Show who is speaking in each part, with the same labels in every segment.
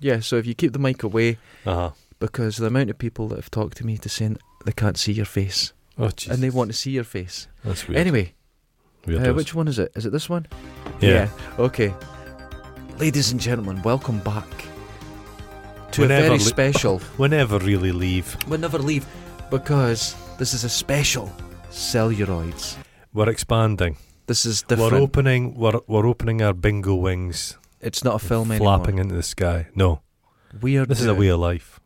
Speaker 1: Yeah, so if you keep the mic away,
Speaker 2: Uh-huh.
Speaker 1: because the amount of people that have talked to me to say they can't see your face
Speaker 2: Oh, jeez.
Speaker 1: and they want to see your face.
Speaker 2: That's weird.
Speaker 1: Anyway, uh,
Speaker 2: Weirdos.
Speaker 1: which one is it? Is it this one?
Speaker 2: yeah.
Speaker 1: Okay. Ladies and gentlemen, welcome back to
Speaker 2: Whenever
Speaker 1: a very
Speaker 2: li-
Speaker 1: special.
Speaker 2: We never really leave.
Speaker 1: We'll never leave because this is a special celluloids.
Speaker 2: We're expanding.
Speaker 1: This is different.
Speaker 2: We're opening. We're we're opening our bingo wings,
Speaker 1: it's not a film
Speaker 2: flapping
Speaker 1: anymore.
Speaker 2: into the sky. No,
Speaker 1: We are
Speaker 2: this is a
Speaker 1: doing
Speaker 2: way of life.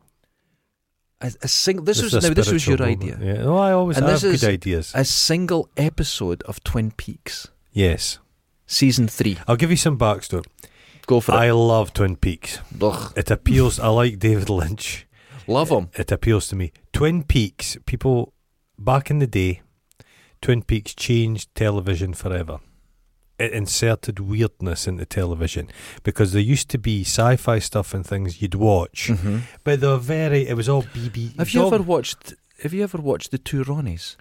Speaker 1: A, a sing- Uh, this,
Speaker 2: is
Speaker 1: was
Speaker 2: a
Speaker 1: now. This was your
Speaker 2: spiritual
Speaker 1: idea.
Speaker 2: moment. Yeah. Oh, I always
Speaker 1: And
Speaker 2: have
Speaker 1: this
Speaker 2: good
Speaker 1: is- uh,
Speaker 2: ideas.
Speaker 1: A single episode of Twin Peaks,
Speaker 2: yes,
Speaker 1: season three.
Speaker 2: I'll give you some backstory.
Speaker 1: Go for it.
Speaker 2: I love Twin Peaks.
Speaker 1: Ugh.
Speaker 2: It appeals. I like David Lynch.
Speaker 1: Love them.
Speaker 2: It appeals to me. Twin Peaks. People back in the day, Twin Peaks changed television forever. It inserted weirdness into television because there used to be sci-fi stuff and things you'd watch, but they were very. It was all BB.
Speaker 1: Hmm. Have you
Speaker 2: Mm-hmm. dog-
Speaker 1: ever watched? Have you ever watched the two Ronnies?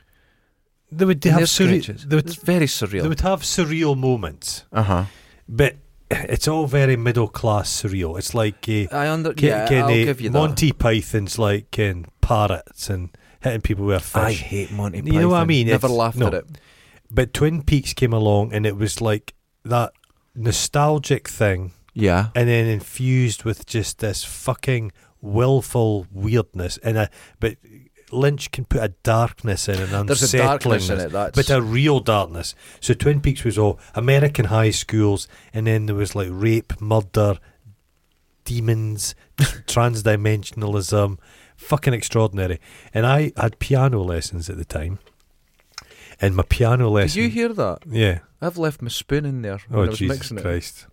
Speaker 2: They would
Speaker 1: In
Speaker 2: have
Speaker 1: their
Speaker 2: surreal.
Speaker 1: sketches?
Speaker 2: They would,
Speaker 1: it's very
Speaker 2: they
Speaker 1: surreal.
Speaker 2: would have surreal moments,
Speaker 1: Uh huh.
Speaker 2: but it's all very middle class surreal. It's like uh,
Speaker 1: I under.
Speaker 2: Can,
Speaker 1: yeah,
Speaker 2: can
Speaker 1: I'll
Speaker 2: they-
Speaker 1: give you that.
Speaker 2: Monty Python's like in parrots and hitting people with a
Speaker 1: I
Speaker 2: fish.
Speaker 1: hate Monty
Speaker 2: You
Speaker 1: Python.
Speaker 2: know what I mean?
Speaker 1: Never
Speaker 2: It's-
Speaker 1: laughed
Speaker 2: no.
Speaker 1: at it.
Speaker 2: But Twin Peaks came along and it was like that nostalgic thing
Speaker 1: Yeah.
Speaker 2: and then infused with just this fucking willful weirdness and a but Lynch can put a darkness in and
Speaker 1: There's a darkness in
Speaker 2: unsettlingness,
Speaker 1: it. That's
Speaker 2: But a real darkness. So Twin Peaks was all American high schools, and then there was like rape, murder, demons, transdimensionalism, fucking extraordinary. And I had piano lessons at the time, and my piano
Speaker 1: Did
Speaker 2: lesson.
Speaker 1: you hear that?
Speaker 2: Yeah.
Speaker 1: I've left my spoon in there when
Speaker 2: Oh
Speaker 1: I was
Speaker 2: Jesus
Speaker 1: mixing it.
Speaker 2: Christ!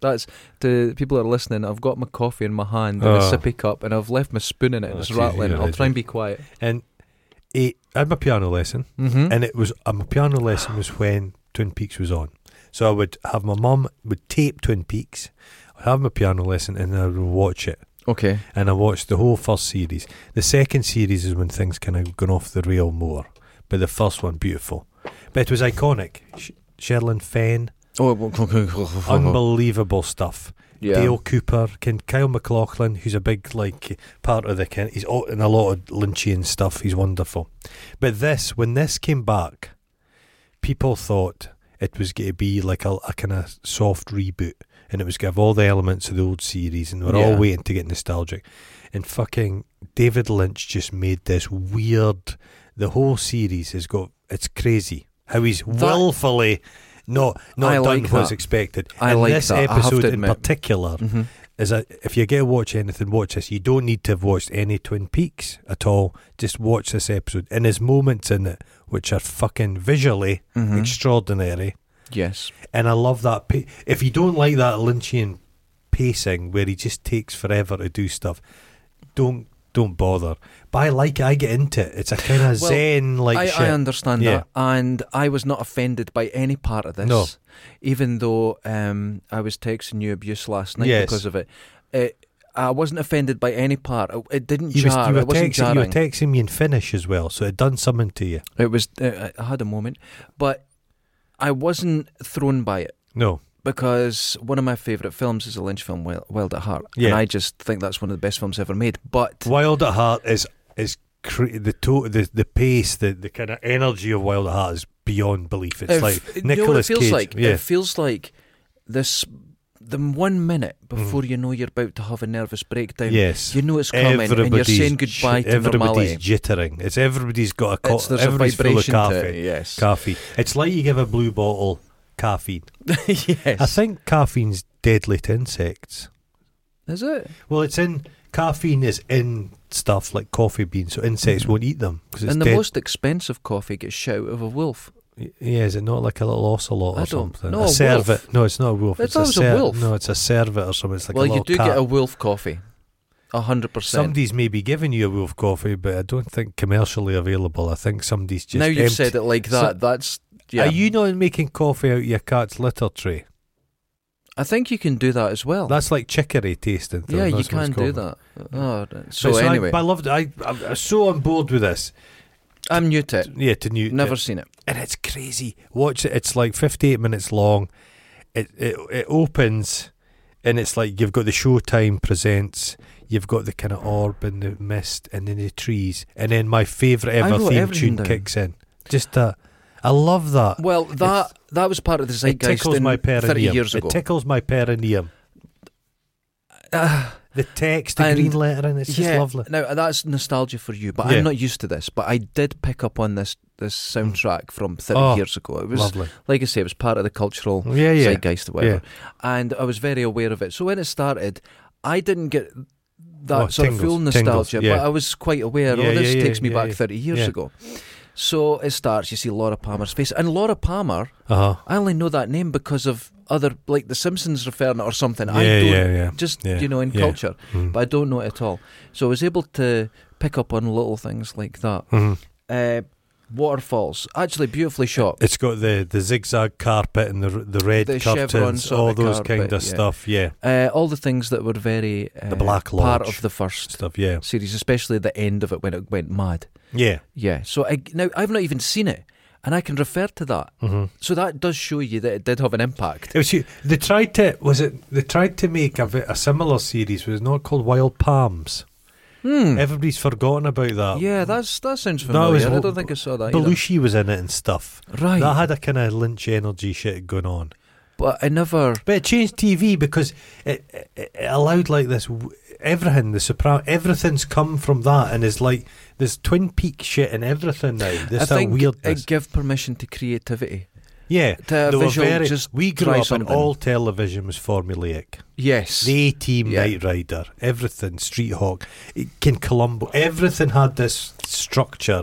Speaker 1: That's to people that are listening. I've got my coffee in my hand and a
Speaker 2: Oh.
Speaker 1: sippy cup, and I've left my spoon in it. and
Speaker 2: Oh,
Speaker 1: it's
Speaker 2: geez,
Speaker 1: rattling.
Speaker 2: you're a
Speaker 1: I'll try and be quiet.
Speaker 2: And it, I had my piano lesson.
Speaker 1: Mm-hmm.
Speaker 2: and it was uh, my piano lesson was when Twin Peaks was on. So I would have my mum would tape Twin Peaks, I'd have my piano lesson, and I would watch it.
Speaker 1: okay.
Speaker 2: And I watched the whole first series. The second series is when things kind of gone off the rail more, but the first one beautiful. But it was iconic. Sh- Sherilyn Fenn,
Speaker 1: Oh, Uh-huh.
Speaker 2: unbelievable stuff.
Speaker 1: yeah.
Speaker 2: Dale Cooper, can Kyle McLaughlin, who's a big like part of the kin- he's all, in a lot of Lynchian stuff. He's wonderful, but this when this came back, people thought it was going to be like a, a kind of soft reboot, and it was going to have all the elements of the old series, and we're
Speaker 1: Yeah.
Speaker 2: all waiting to get nostalgic. And fucking David Lynch just made this weird. The whole series has got it's crazy how he's willfully. Not, not
Speaker 1: I
Speaker 2: done
Speaker 1: like
Speaker 2: what's
Speaker 1: that.
Speaker 2: expected.
Speaker 1: I
Speaker 2: and
Speaker 1: like
Speaker 2: this
Speaker 1: that, I have to
Speaker 2: episode in
Speaker 1: admit.
Speaker 2: particular
Speaker 1: hmm
Speaker 2: is that if you get to watch anything, watch this. You don't need to have watched any Twin Peaks at all. Just watch this episode. And there's moments in it which are fucking visually
Speaker 1: Mhm.
Speaker 2: extraordinary.
Speaker 1: Yes.
Speaker 2: And I love that. Pa- if you don't like that Lynchian pacing where he just takes forever to do stuff, don't don't bother. But I like it. I get into it. It's a kind of
Speaker 1: Well,
Speaker 2: zen
Speaker 1: I,
Speaker 2: like shit.
Speaker 1: I understand
Speaker 2: Yeah.
Speaker 1: that, and I was not offended by any part of this.
Speaker 2: No.
Speaker 1: Even though um, I was texting you abuse last night
Speaker 2: Yes.
Speaker 1: because of it. it, I wasn't offended by any part. It, it didn't
Speaker 2: you, was,
Speaker 1: jar.
Speaker 2: you, were
Speaker 1: it wasn't
Speaker 2: texting, you were
Speaker 1: jarring.
Speaker 2: texting me in Finnish as well, so it done something to you.
Speaker 1: it was. Uh, I had a moment, but I wasn't thrown by it.
Speaker 2: No.
Speaker 1: because one of my favourite films is a Lynch film, Wild, Wild at Heart.
Speaker 2: Yeah.
Speaker 1: And I just think that's one of the best films ever made. But
Speaker 2: Wild at Heart is is cre- the to- the the pace, the, the kind of energy of Wild at Heart is beyond belief. It's
Speaker 1: if- you
Speaker 2: like
Speaker 1: know what it
Speaker 2: Nicholas
Speaker 1: feels
Speaker 2: Cage.
Speaker 1: like?
Speaker 2: yeah,
Speaker 1: It feels like this the one minute before you know you're about to have a nervous breakdown.
Speaker 2: Mm. yes.
Speaker 1: um, You know it's coming and you're saying
Speaker 2: j-
Speaker 1: goodbye to
Speaker 2: everybody's
Speaker 1: normality.
Speaker 2: jittering. It's everybody's got a co-
Speaker 1: It's, there's a
Speaker 2: everybody's
Speaker 1: vibration
Speaker 2: full of
Speaker 1: to
Speaker 2: caffeine.
Speaker 1: it. Yes.
Speaker 2: Caffeine. It's like you give a blue bottle caffeine.
Speaker 1: yes.
Speaker 2: I think caffeine's deadly to insects.
Speaker 1: is it?
Speaker 2: Well, it's in caffeine is in stuff like coffee beans, so insects won't eat them because it's
Speaker 1: Mm. and the
Speaker 2: dead.
Speaker 1: most expensive coffee gets shot out of a wolf.
Speaker 2: Y- Yeah, is it not like a little ocelot or
Speaker 1: I don't-
Speaker 2: something?
Speaker 1: no,
Speaker 2: a
Speaker 1: a
Speaker 2: servet.
Speaker 1: wolf.
Speaker 2: No, it's not a wolf.
Speaker 1: I
Speaker 2: It's,
Speaker 1: thought
Speaker 2: a,
Speaker 1: it was a
Speaker 2: ser-
Speaker 1: wolf.
Speaker 2: No, it's a servet or something. It's like
Speaker 1: well,
Speaker 2: a
Speaker 1: you
Speaker 2: little
Speaker 1: do
Speaker 2: cat.
Speaker 1: get a wolf coffee. A hundred percent.
Speaker 2: Somebody's maybe giving you a wolf coffee, but I don't think commercially available. I think somebody's just.
Speaker 1: Now you've
Speaker 2: empty-
Speaker 1: said it like
Speaker 2: So-
Speaker 1: that. that's yeah.
Speaker 2: Are you not making coffee out of your cat's litter tray?
Speaker 1: I think you can do that as well.
Speaker 2: That's like chicory tasting. thing.
Speaker 1: yeah,
Speaker 2: That's
Speaker 1: you
Speaker 2: what
Speaker 1: can
Speaker 2: it's
Speaker 1: do
Speaker 2: called.
Speaker 1: that. Oh, right.
Speaker 2: But
Speaker 1: so,
Speaker 2: I-
Speaker 1: anyway,
Speaker 2: but I, loved it. I, I'm I'm so on board with this.
Speaker 1: I, am new to it.
Speaker 2: Yeah, to new.
Speaker 1: Never seen it.
Speaker 2: and it's crazy. Watch it. It's like 58 minutes long. It it, it opens and it's like you've got the Showtime presents, you've got the kind of orb and the mist, and then the trees, and then my favourite ever
Speaker 1: wrote
Speaker 2: theme
Speaker 1: everything
Speaker 2: tune
Speaker 1: down.
Speaker 2: kicks in. Just that, I love that.
Speaker 1: Well, that that was part of the
Speaker 2: it
Speaker 1: zeitgeist
Speaker 2: tickles
Speaker 1: in
Speaker 2: my
Speaker 1: thirty
Speaker 2: perineum.
Speaker 1: years ago.
Speaker 2: It tickles my perineum.
Speaker 1: Ah,
Speaker 2: The text, the
Speaker 1: And-
Speaker 2: green lettering, it's just
Speaker 1: yeah.
Speaker 2: lovely.
Speaker 1: Now that's nostalgia for you, but
Speaker 2: Yeah. Mm.
Speaker 1: I'm not used to this. But I did pick up on this this soundtrack from thirty
Speaker 2: Oh,
Speaker 1: years ago. It was
Speaker 2: Lovely. Mm.
Speaker 1: like I say, it was part of the cultural
Speaker 2: Yeah, yeah.
Speaker 1: zeitgeist or whatever. And I was very aware of it. So when it started, I didn't get that
Speaker 2: Oh,
Speaker 1: sort of full
Speaker 2: tingles, tingles,
Speaker 1: nostalgia,
Speaker 2: yeah.
Speaker 1: but I was quite aware,
Speaker 2: Yeah,
Speaker 1: oh, this
Speaker 2: yeah, yeah,
Speaker 1: takes me
Speaker 2: yeah,
Speaker 1: back
Speaker 2: yeah.
Speaker 1: 30 years
Speaker 2: Yeah.
Speaker 1: ago. So it starts, you see Laura Palmer's face. And Laura Palmer,
Speaker 2: Uh huh.
Speaker 1: I only know that name because of other, like The Simpsons referring it or something. I
Speaker 2: yeah,
Speaker 1: don't,
Speaker 2: yeah, yeah.
Speaker 1: just,
Speaker 2: yeah,
Speaker 1: you know, in
Speaker 2: yeah.
Speaker 1: culture,
Speaker 2: Mm.
Speaker 1: but I don't know it at all. So I was able to pick up on little things like that.
Speaker 2: Mhm.
Speaker 1: Uh, waterfalls, actually beautifully shot.
Speaker 2: It's got the, the zigzag carpet and the r- the red
Speaker 1: The chevrons
Speaker 2: curtains,
Speaker 1: on
Speaker 2: all
Speaker 1: the
Speaker 2: those
Speaker 1: carpet,
Speaker 2: kind of
Speaker 1: yeah.
Speaker 2: stuff. Yeah,
Speaker 1: Uh, all the things that were very uh,
Speaker 2: Black
Speaker 1: part
Speaker 2: Lodge.
Speaker 1: of the first
Speaker 2: stuff. Yeah,
Speaker 1: series, especially the end of it when it went mad.
Speaker 2: yeah.
Speaker 1: Yeah. So I, now I've not even seen it, and I can refer to that.
Speaker 2: Mm-hmm.
Speaker 1: So that does show you that it did have an impact.
Speaker 2: It was. hu- They tried to. Was it? They tried to make a, vi- a similar series. Was it not called Wild Palms?
Speaker 1: Hmm.
Speaker 2: Everybody's forgotten about that.
Speaker 1: yeah, that's that sounds
Speaker 2: that was
Speaker 1: familiar. I
Speaker 2: what-
Speaker 1: don't think I saw that. either.
Speaker 2: Belushi was in it and stuff.
Speaker 1: Right.
Speaker 2: That had a kind of Lynch energy shit going on.
Speaker 1: but I never.
Speaker 2: But it changed TV because it, it, it allowed like this w- everything. The Soprano, everything's come from that, and it's like this Twin Peak shit and everything now. This
Speaker 1: I
Speaker 2: that
Speaker 1: think
Speaker 2: weirdness.
Speaker 1: it give permission to creativity.
Speaker 2: yeah,
Speaker 1: to
Speaker 2: they were
Speaker 1: visual
Speaker 2: very.
Speaker 1: just
Speaker 2: we grew
Speaker 1: try
Speaker 2: up
Speaker 1: something.
Speaker 2: and all television was formulaic.
Speaker 1: Yes.
Speaker 2: The A Team,
Speaker 1: Yeah.
Speaker 2: Knight Rider, everything, Street Hawk, it- King Columbo, everything had this structure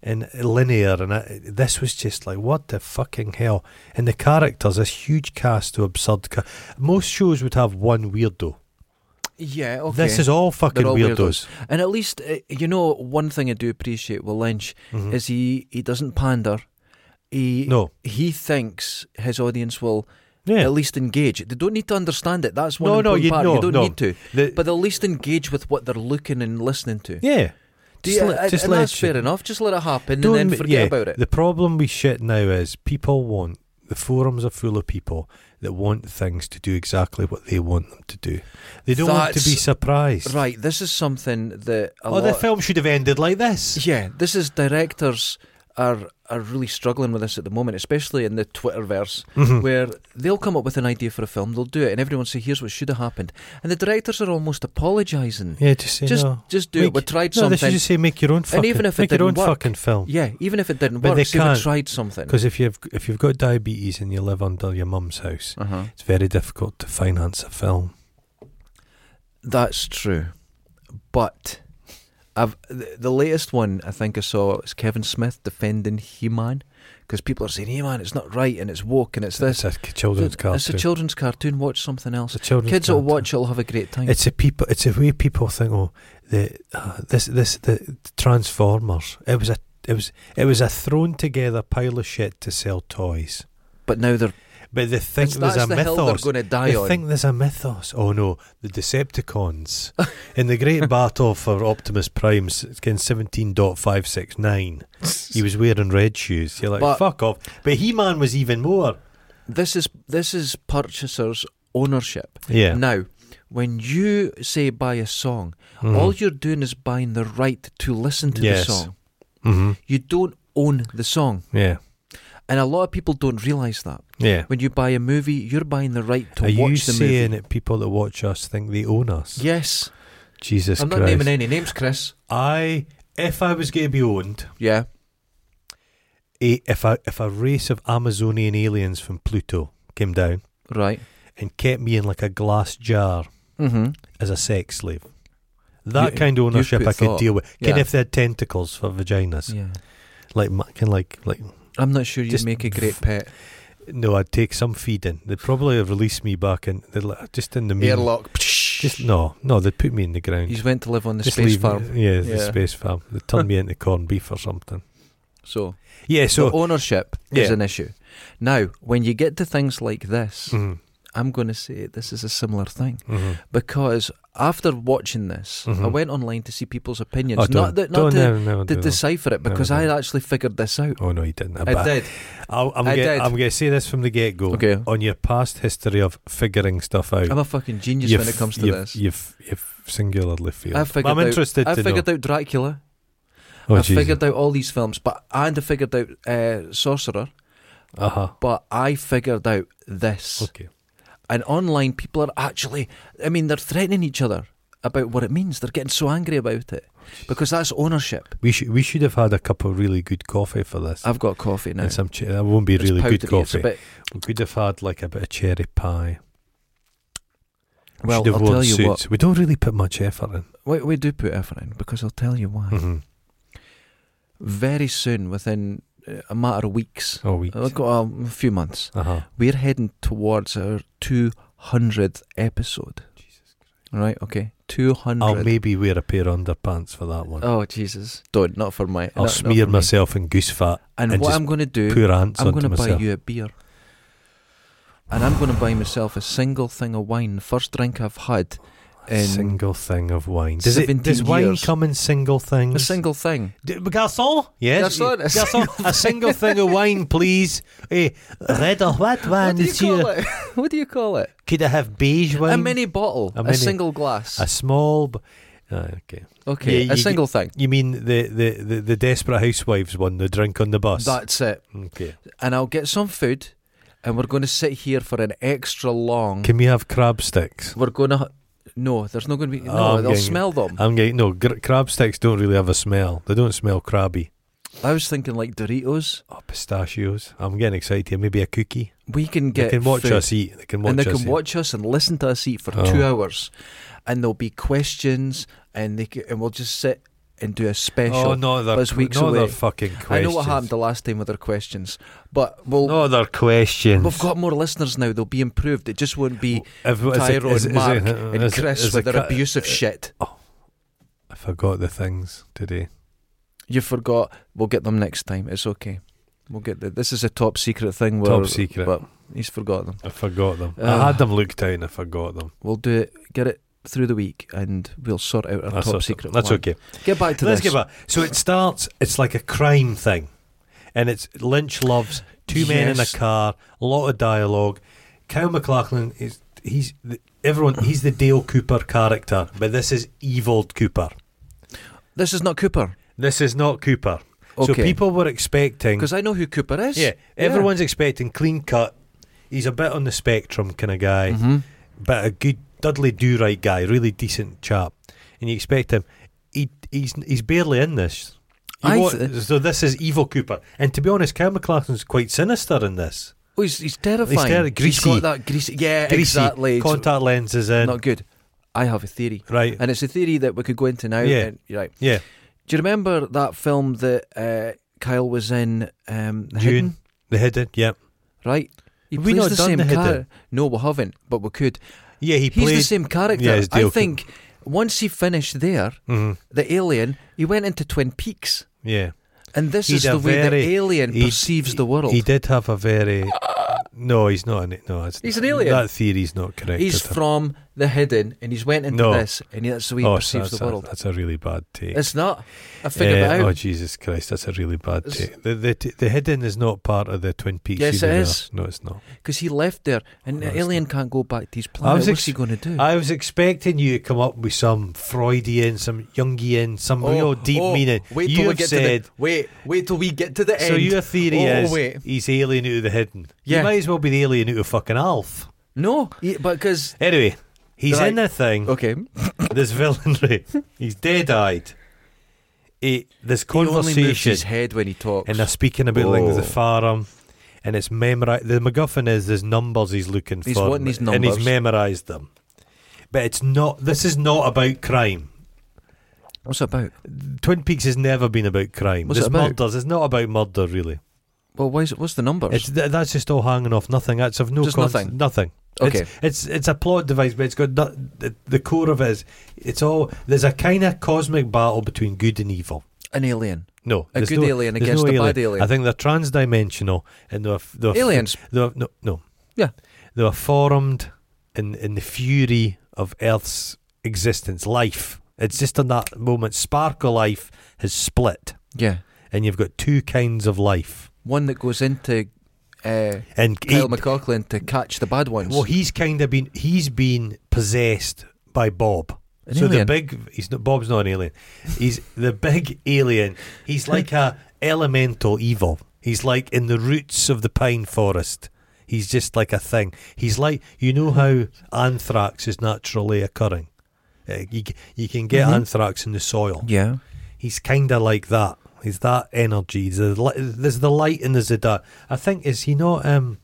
Speaker 2: and linear, and I, this was just like what the fucking hell. And the characters, this huge cast of absurd. Ca- Most shows would have one weirdo.
Speaker 1: yeah. Okay.
Speaker 2: This is all fucking
Speaker 1: all
Speaker 2: weirdos.
Speaker 1: and at least uh, you know one thing I do appreciate with Lynch
Speaker 2: Mhm.
Speaker 1: is he he doesn't pander. He
Speaker 2: No,
Speaker 1: he thinks his audience will
Speaker 2: yeah,
Speaker 1: at least engage. They don't need to understand it. That's one
Speaker 2: No, no,
Speaker 1: important
Speaker 2: you-
Speaker 1: part.
Speaker 2: no,
Speaker 1: you don't
Speaker 2: no.
Speaker 1: need to,
Speaker 2: The-
Speaker 1: but they'll at least engage with what they're looking and listening to.
Speaker 2: yeah.
Speaker 1: Do
Speaker 2: Just
Speaker 1: you-
Speaker 2: let-
Speaker 1: and-
Speaker 2: just
Speaker 1: and
Speaker 2: let it
Speaker 1: that's
Speaker 2: sh-
Speaker 1: fair enough. Just let it happen
Speaker 2: Don't
Speaker 1: and
Speaker 2: ma-
Speaker 1: then forget
Speaker 2: yeah,
Speaker 1: about it.
Speaker 2: The problem we shit now is people want the forums are full of people that want things to do exactly what they want them to do. They don't want to be
Speaker 1: That's-
Speaker 2: surprised.
Speaker 1: Right, this is something that a
Speaker 2: oh, the
Speaker 1: lot-
Speaker 2: film should have ended like this.
Speaker 1: yeah, this is directors are are really struggling with this at the moment, especially in the Twitterverse,
Speaker 2: Mm-hmm.
Speaker 1: where they'll come up with an idea for a film, they'll do it, and everyone say, "Here's what should have happened," and the directors are almost apologising.
Speaker 2: Yeah, just say
Speaker 1: Just,
Speaker 2: no.
Speaker 1: just do
Speaker 2: Make-
Speaker 1: it. We tried
Speaker 2: no, they
Speaker 1: something.
Speaker 2: should just say make your own fucking,
Speaker 1: And even if it
Speaker 2: make your own
Speaker 1: didn't work,
Speaker 2: fucking film.
Speaker 1: Yeah, even if it didn't
Speaker 2: But
Speaker 1: work,
Speaker 2: they
Speaker 1: say we
Speaker 2: can't,
Speaker 1: tried something.
Speaker 2: Because if you've if you've got diabetes and you live under your mum's house,
Speaker 1: Uh-huh.
Speaker 2: it's very difficult to finance a film.
Speaker 1: That's true, but I've the, the latest one I think I saw is Kevin Smith defending He-Man because people are saying He-Man it's not right and it's woke and it's this.
Speaker 2: It's a k- children's
Speaker 1: Dude,
Speaker 2: cartoon.
Speaker 1: It's a children's cartoon. Watch something
Speaker 2: It's
Speaker 1: else.
Speaker 2: a children's
Speaker 1: Kids will
Speaker 2: cartoon.
Speaker 1: watch it. Will have a great time.
Speaker 2: It's a people. It's a way people think. Oh, the uh, this this the, the Transformers. It was a it was it was a thrown together pile of shit to sell toys.
Speaker 1: but now they're
Speaker 2: But they think
Speaker 1: it's,
Speaker 2: there's
Speaker 1: that's
Speaker 2: a
Speaker 1: the hill they're
Speaker 2: mythos.
Speaker 1: going to die
Speaker 2: They
Speaker 1: on.
Speaker 2: think there's a mythos. Oh no, the Decepticons. In the great battle for Optimus Prime, s- against 17.569, he was wearing red shoes. You're like,
Speaker 1: But-
Speaker 2: fuck off. But He Man was even more.
Speaker 1: this is this is purchasers' ownership.
Speaker 2: Yeah.
Speaker 1: Now, when you say buy a song,
Speaker 2: Mhm.
Speaker 1: all you're doing is buying the right to listen to
Speaker 2: Yes.
Speaker 1: the song.
Speaker 2: Mhm.
Speaker 1: You don't own the song,
Speaker 2: Yeah.
Speaker 1: and a lot of people don't realize that.
Speaker 2: Yeah.
Speaker 1: When you buy a movie, you're buying the right to
Speaker 2: Are you
Speaker 1: watch the
Speaker 2: saying
Speaker 1: movie.
Speaker 2: that people that watch us think they own us?
Speaker 1: Yes,
Speaker 2: Jesus
Speaker 1: I'm not
Speaker 2: Christ.
Speaker 1: naming any names, Chris.
Speaker 2: I, if I was going to be owned,
Speaker 1: Yeah,
Speaker 2: a, if a if a race of Amazonian aliens from Pluto came down
Speaker 1: right.
Speaker 2: and kept me in like a glass jar
Speaker 1: Mm-hmm.
Speaker 2: as a sex slave, that
Speaker 1: You-
Speaker 2: kind of ownership
Speaker 1: put
Speaker 2: I could
Speaker 1: thought.
Speaker 2: deal with. Can
Speaker 1: Yeah.
Speaker 2: if they had tentacles for vaginas,
Speaker 1: Yeah,
Speaker 2: like ma- can like like
Speaker 1: I'm not sure you'd
Speaker 2: Just
Speaker 1: make a great pet.
Speaker 2: no, I'd take some feeding. They'd probably have released me back in they'd like, just in the mean,
Speaker 1: Airlock.
Speaker 2: Just no, no, they'd put me in the ground.
Speaker 1: He's went to live on the
Speaker 2: just
Speaker 1: space
Speaker 2: leave me-
Speaker 1: farm.
Speaker 2: yeah, the
Speaker 1: Yeah.
Speaker 2: space farm. They'd turn me into corned beef or something.
Speaker 1: So,
Speaker 2: Yeah, so
Speaker 1: the ownership is
Speaker 2: Yeah.
Speaker 1: an issue. Now, when you get to things like this,
Speaker 2: Mhm,
Speaker 1: I'm going to say this is a similar thing
Speaker 2: mhm.
Speaker 1: because after watching this, I
Speaker 2: Mhm.
Speaker 1: went online to see people's opinions.
Speaker 2: Oh,
Speaker 1: not
Speaker 2: don't,
Speaker 1: that, not
Speaker 2: don't
Speaker 1: to,
Speaker 2: never, never
Speaker 1: to
Speaker 2: do that.
Speaker 1: decipher it,
Speaker 2: No,
Speaker 1: because
Speaker 2: no.
Speaker 1: I actually figured this out.
Speaker 2: Oh no, you didn't.
Speaker 1: I did.
Speaker 2: I'll, I'm,
Speaker 1: I
Speaker 2: get,
Speaker 1: did.
Speaker 2: I'm going to say this from the get go.
Speaker 1: Okay.
Speaker 2: On your past history of figuring stuff out,
Speaker 1: I'm a fucking genius
Speaker 2: you've-
Speaker 1: when it comes to
Speaker 2: you've,
Speaker 1: this.
Speaker 2: You've, you've singularly failed.
Speaker 1: I figured
Speaker 2: I'm
Speaker 1: out-
Speaker 2: interested
Speaker 1: I
Speaker 2: to
Speaker 1: figured
Speaker 2: know.
Speaker 1: out Dracula.
Speaker 2: oh,
Speaker 1: I
Speaker 2: Jesus.
Speaker 1: figured out all these films, but and I figured out uh, Sorcerer.
Speaker 2: Uh-huh.
Speaker 1: But I figured out this.
Speaker 2: Okay.
Speaker 1: And online, people are actually, I mean, they're threatening each other about what it means. They're getting so angry about it because that's ownership.
Speaker 2: We should we should have had a cup of really good coffee for this.
Speaker 1: I've got coffee now.
Speaker 2: And some che- that won't be
Speaker 1: It's
Speaker 2: really good
Speaker 1: powdery, it's a
Speaker 2: coffee.
Speaker 1: bit-
Speaker 2: We could have had like a bit of cherry pie. We
Speaker 1: well,
Speaker 2: should
Speaker 1: I'll
Speaker 2: have worn
Speaker 1: tell you
Speaker 2: suits. We don't really put much effort in.
Speaker 1: what. We, we do put effort in because I'll tell you why.
Speaker 2: Mm-hmm.
Speaker 1: Very soon, within uh, a matter of weeks,
Speaker 2: Oh, we.
Speaker 1: I've got um, a few months,
Speaker 2: Uh huh.
Speaker 1: we're heading towards our 200th episode. Right, okay. 200.
Speaker 2: I'll maybe wear a pair of underpants for that one.
Speaker 1: Oh, Jesus. Don't, not for my. not-
Speaker 2: I'll
Speaker 1: not
Speaker 2: smear
Speaker 1: for me.
Speaker 2: myself in goose fat,
Speaker 1: And,
Speaker 2: and
Speaker 1: what
Speaker 2: just
Speaker 1: I'm going to do.
Speaker 2: pour ants
Speaker 1: I'm going
Speaker 2: onto
Speaker 1: to buy
Speaker 2: myself.
Speaker 1: you a beer. And I'm going to buy myself a single thing of wine. First drink I've had.
Speaker 2: A
Speaker 1: in
Speaker 2: single thing of wine. Does it?
Speaker 1: 17
Speaker 2: Does wine
Speaker 1: years.
Speaker 2: come in single things?
Speaker 1: A single thing.
Speaker 2: D- garçon, yes,
Speaker 1: Garçon, a single
Speaker 2: a single thing of wine, please. Eh, red or white
Speaker 1: what
Speaker 2: wine,
Speaker 1: do you
Speaker 2: monsieur?
Speaker 1: call it? what do you call it?
Speaker 2: Could I have beige wine?
Speaker 1: A mini bottle.
Speaker 2: A
Speaker 1: A,
Speaker 2: mini-
Speaker 1: single glass.
Speaker 2: A small. B- Ah, okay.
Speaker 1: okay,
Speaker 2: yeah,
Speaker 1: a
Speaker 2: you-
Speaker 1: single thing.
Speaker 2: You mean the, the, the, the Desperate Housewives one, the drink on the bus?
Speaker 1: That's it.
Speaker 2: okay.
Speaker 1: And I'll get some food. And we're going to sit here for an extra long.
Speaker 2: Can we have crab sticks?
Speaker 1: we're going to. No, there's not going to be.
Speaker 2: Oh,
Speaker 1: No,
Speaker 2: I'm
Speaker 1: they'll
Speaker 2: getting-
Speaker 1: smell them.
Speaker 2: I'm getting no gr- crab sticks. Don't really have a smell. They don't smell crabby.
Speaker 1: I was thinking like Doritos.
Speaker 2: Oh, pistachios. I'm getting excited. here. Maybe a cookie.
Speaker 1: We can get.
Speaker 2: they can watch
Speaker 1: food.
Speaker 2: us eat. They can watch
Speaker 1: and they
Speaker 2: us
Speaker 1: can
Speaker 2: eat.
Speaker 1: watch us and listen to us eat for
Speaker 2: Oh.
Speaker 1: two hours, and there'll be questions, and they c and we'll just sit and do a special.
Speaker 2: Oh no, they're
Speaker 1: Plus weeks
Speaker 2: no, they're
Speaker 1: away.
Speaker 2: fucking questions.
Speaker 1: I know what happened the last time with our questions, but we'll.
Speaker 2: No, they're questions.
Speaker 1: We've got more listeners now. They'll be improved. It just won't be
Speaker 2: If- is it-
Speaker 1: Tyrone,
Speaker 2: is it- is it-
Speaker 1: Mark,
Speaker 2: uh,
Speaker 1: and
Speaker 2: is it-
Speaker 1: Chris
Speaker 2: is
Speaker 1: with
Speaker 2: it
Speaker 1: their
Speaker 2: ca-
Speaker 1: abusive shit.
Speaker 2: I forgot the things today.
Speaker 1: You forgot. We'll get them next time. It's okay. We'll get the, this is a top secret thing. Where,
Speaker 2: Top secret.
Speaker 1: But he's forgot them.
Speaker 2: I forgot them. I
Speaker 1: Ah.
Speaker 2: had them looked out and I forgot them.
Speaker 1: We'll do it. Get it through the week, and we'll sort out our
Speaker 2: That's,
Speaker 1: top
Speaker 2: awesome.
Speaker 1: secret.
Speaker 2: That's
Speaker 1: one.
Speaker 2: okay.
Speaker 1: Get back to
Speaker 2: Let's
Speaker 1: this.
Speaker 2: get back. So it starts. It's like a crime thing, and it's Lynch loves two men in a
Speaker 1: Yes.
Speaker 2: car, a lot of dialogue. Kyle McLachlan is he's the, everyone. He's the Dale Cooper character, but this is evil Cooper.
Speaker 1: This is not Cooper.
Speaker 2: This is not Cooper. So
Speaker 1: Okay.
Speaker 2: people were expecting.
Speaker 1: Because I know who Cooper is.
Speaker 2: Yeah, everyone's expecting clean cut. He's a bit on the spectrum kind of guy,
Speaker 1: Mhm.
Speaker 2: but a good Dudley Do Right guy, really decent chap. And you expect him. He he's he's barely in this. You
Speaker 1: I
Speaker 2: wa-
Speaker 1: th-
Speaker 2: so this is evil Cooper. And to be honest, Kyle McLachlan's quite sinister in this.
Speaker 1: Oh, he's, he's terrifying.
Speaker 2: He's terri- greasy.
Speaker 1: got that greasy. Yeah,
Speaker 2: Greasy,
Speaker 1: exactly. It's
Speaker 2: Contact lenses in.
Speaker 1: Not good. I have a theory.
Speaker 2: right.
Speaker 1: And it's a theory that we could go into now.
Speaker 2: Yeah.
Speaker 1: and- right.
Speaker 2: yeah.
Speaker 1: Do you remember that film that uh, Kyle was in? Um, The
Speaker 2: Dune.
Speaker 1: Hidden?
Speaker 2: The hidden. Yeah.
Speaker 1: Right? He
Speaker 2: Have we
Speaker 1: plays
Speaker 2: not
Speaker 1: the
Speaker 2: done
Speaker 1: same
Speaker 2: The Hidden?
Speaker 1: character. No, we haven't, but we could.
Speaker 2: Yeah. He
Speaker 1: He's
Speaker 2: played.
Speaker 1: the same character.
Speaker 2: Yeah, it's Dale
Speaker 1: I think once he finished there,
Speaker 2: Mhm.
Speaker 1: the alien, he went into Twin Peaks.
Speaker 2: Yeah.
Speaker 1: And this
Speaker 2: He's
Speaker 1: is
Speaker 2: a
Speaker 1: the way
Speaker 2: very-
Speaker 1: the alien
Speaker 2: he-
Speaker 1: perceives the world.
Speaker 2: He did have a very. No, he's not. An, no, it's-
Speaker 1: He's an alien.
Speaker 2: That theory's not correct.
Speaker 1: He's
Speaker 2: is it?
Speaker 1: from the hidden, and he's went into
Speaker 2: No.
Speaker 1: this, and that's the way he
Speaker 2: oh,
Speaker 1: perceives
Speaker 2: that's
Speaker 1: the world.
Speaker 2: A, that's a really bad take.
Speaker 1: It's not. I figured
Speaker 2: Eh,
Speaker 1: it
Speaker 2: Oh
Speaker 1: out.
Speaker 2: Jesus Christ, that's a really bad
Speaker 1: It's-
Speaker 2: take. The, the t- the hidden is not part of the Twin Peaks.
Speaker 1: Yes, it
Speaker 2: universe.
Speaker 1: is.
Speaker 2: No, it's not.
Speaker 1: Because he left there, and
Speaker 2: No,
Speaker 1: the
Speaker 2: it's
Speaker 1: alien can't go back to his planet.
Speaker 2: was
Speaker 1: What's
Speaker 2: ex-
Speaker 1: he going to do?
Speaker 2: I was expecting you to come up with some Freudian, some Jungian, some real deep meaning.
Speaker 1: Oh, Wait
Speaker 2: you
Speaker 1: till we
Speaker 2: have
Speaker 1: get
Speaker 2: said.
Speaker 1: to the wait. Wait till we get to the
Speaker 2: so
Speaker 1: end.
Speaker 2: your theory
Speaker 1: Oh,
Speaker 2: is
Speaker 1: wait.
Speaker 2: he's alien out of the hidden. You
Speaker 1: Yeah.
Speaker 2: might as well be the alien out of fucking Alf.
Speaker 1: no, he- but because
Speaker 2: Anyway, he's
Speaker 1: Right.
Speaker 2: in the thing.
Speaker 1: okay,
Speaker 2: This villainry. he's dead-eyed. He, this conversation.
Speaker 1: he only moves his head when he talks.
Speaker 2: and they're speaking about like the
Speaker 1: Oh.
Speaker 2: farm, and it's memorized. The MacGuffin is there's numbers he's looking
Speaker 1: He's
Speaker 2: for,
Speaker 1: wanting his
Speaker 2: and he's
Speaker 1: numbers.
Speaker 2: memorized them. But it's not. This is not about crime.
Speaker 1: What's it about?
Speaker 2: Twin Peaks has never been about crime.
Speaker 1: What's
Speaker 2: There's
Speaker 1: it about?
Speaker 2: murders. It's not about murder, really.
Speaker 1: Well, why is it? What's the numbers?
Speaker 2: It's th- that's just all hanging off nothing. That's of no
Speaker 1: Just
Speaker 2: cons-
Speaker 1: nothing?
Speaker 2: Nothing.
Speaker 1: Okay.
Speaker 2: It's, it's it's a plot device, but it's got no, the, the core of it is it's all there's a kind of cosmic battle between good and evil.
Speaker 1: An alien.
Speaker 2: No,
Speaker 1: A
Speaker 2: there's
Speaker 1: good
Speaker 2: no-
Speaker 1: alien
Speaker 2: there's
Speaker 1: against
Speaker 2: no
Speaker 1: a bad alien.
Speaker 2: I think they're transdimensional and they're, f- they're f-
Speaker 1: Aliens.
Speaker 2: They're, no, no.
Speaker 1: Yeah.
Speaker 2: They were formed in in the fury of Earth's existence, life. It's just in that moment, spark of life has split,
Speaker 1: Yeah.
Speaker 2: and you've got two kinds of life.
Speaker 1: One that goes into uh,
Speaker 2: And
Speaker 1: Kyle
Speaker 2: he-
Speaker 1: McLaughlin to catch the bad ones.
Speaker 2: well, he's kind of been he's been possessed by Bob.
Speaker 1: An
Speaker 2: so the
Speaker 1: alien.
Speaker 2: big he's not Bob's not an alien. He's the big alien. He's like a elemental evil. He's like in the roots of the pine forest. He's just like a thing. He's like you know how anthrax is naturally occurring. Uh, you, c- you can get
Speaker 1: Mhm.
Speaker 2: anthrax in the soil.
Speaker 1: yeah.
Speaker 2: He's kind of like that. He's that energy. There's the, li- there's the light and there's the dark. I think is he not um,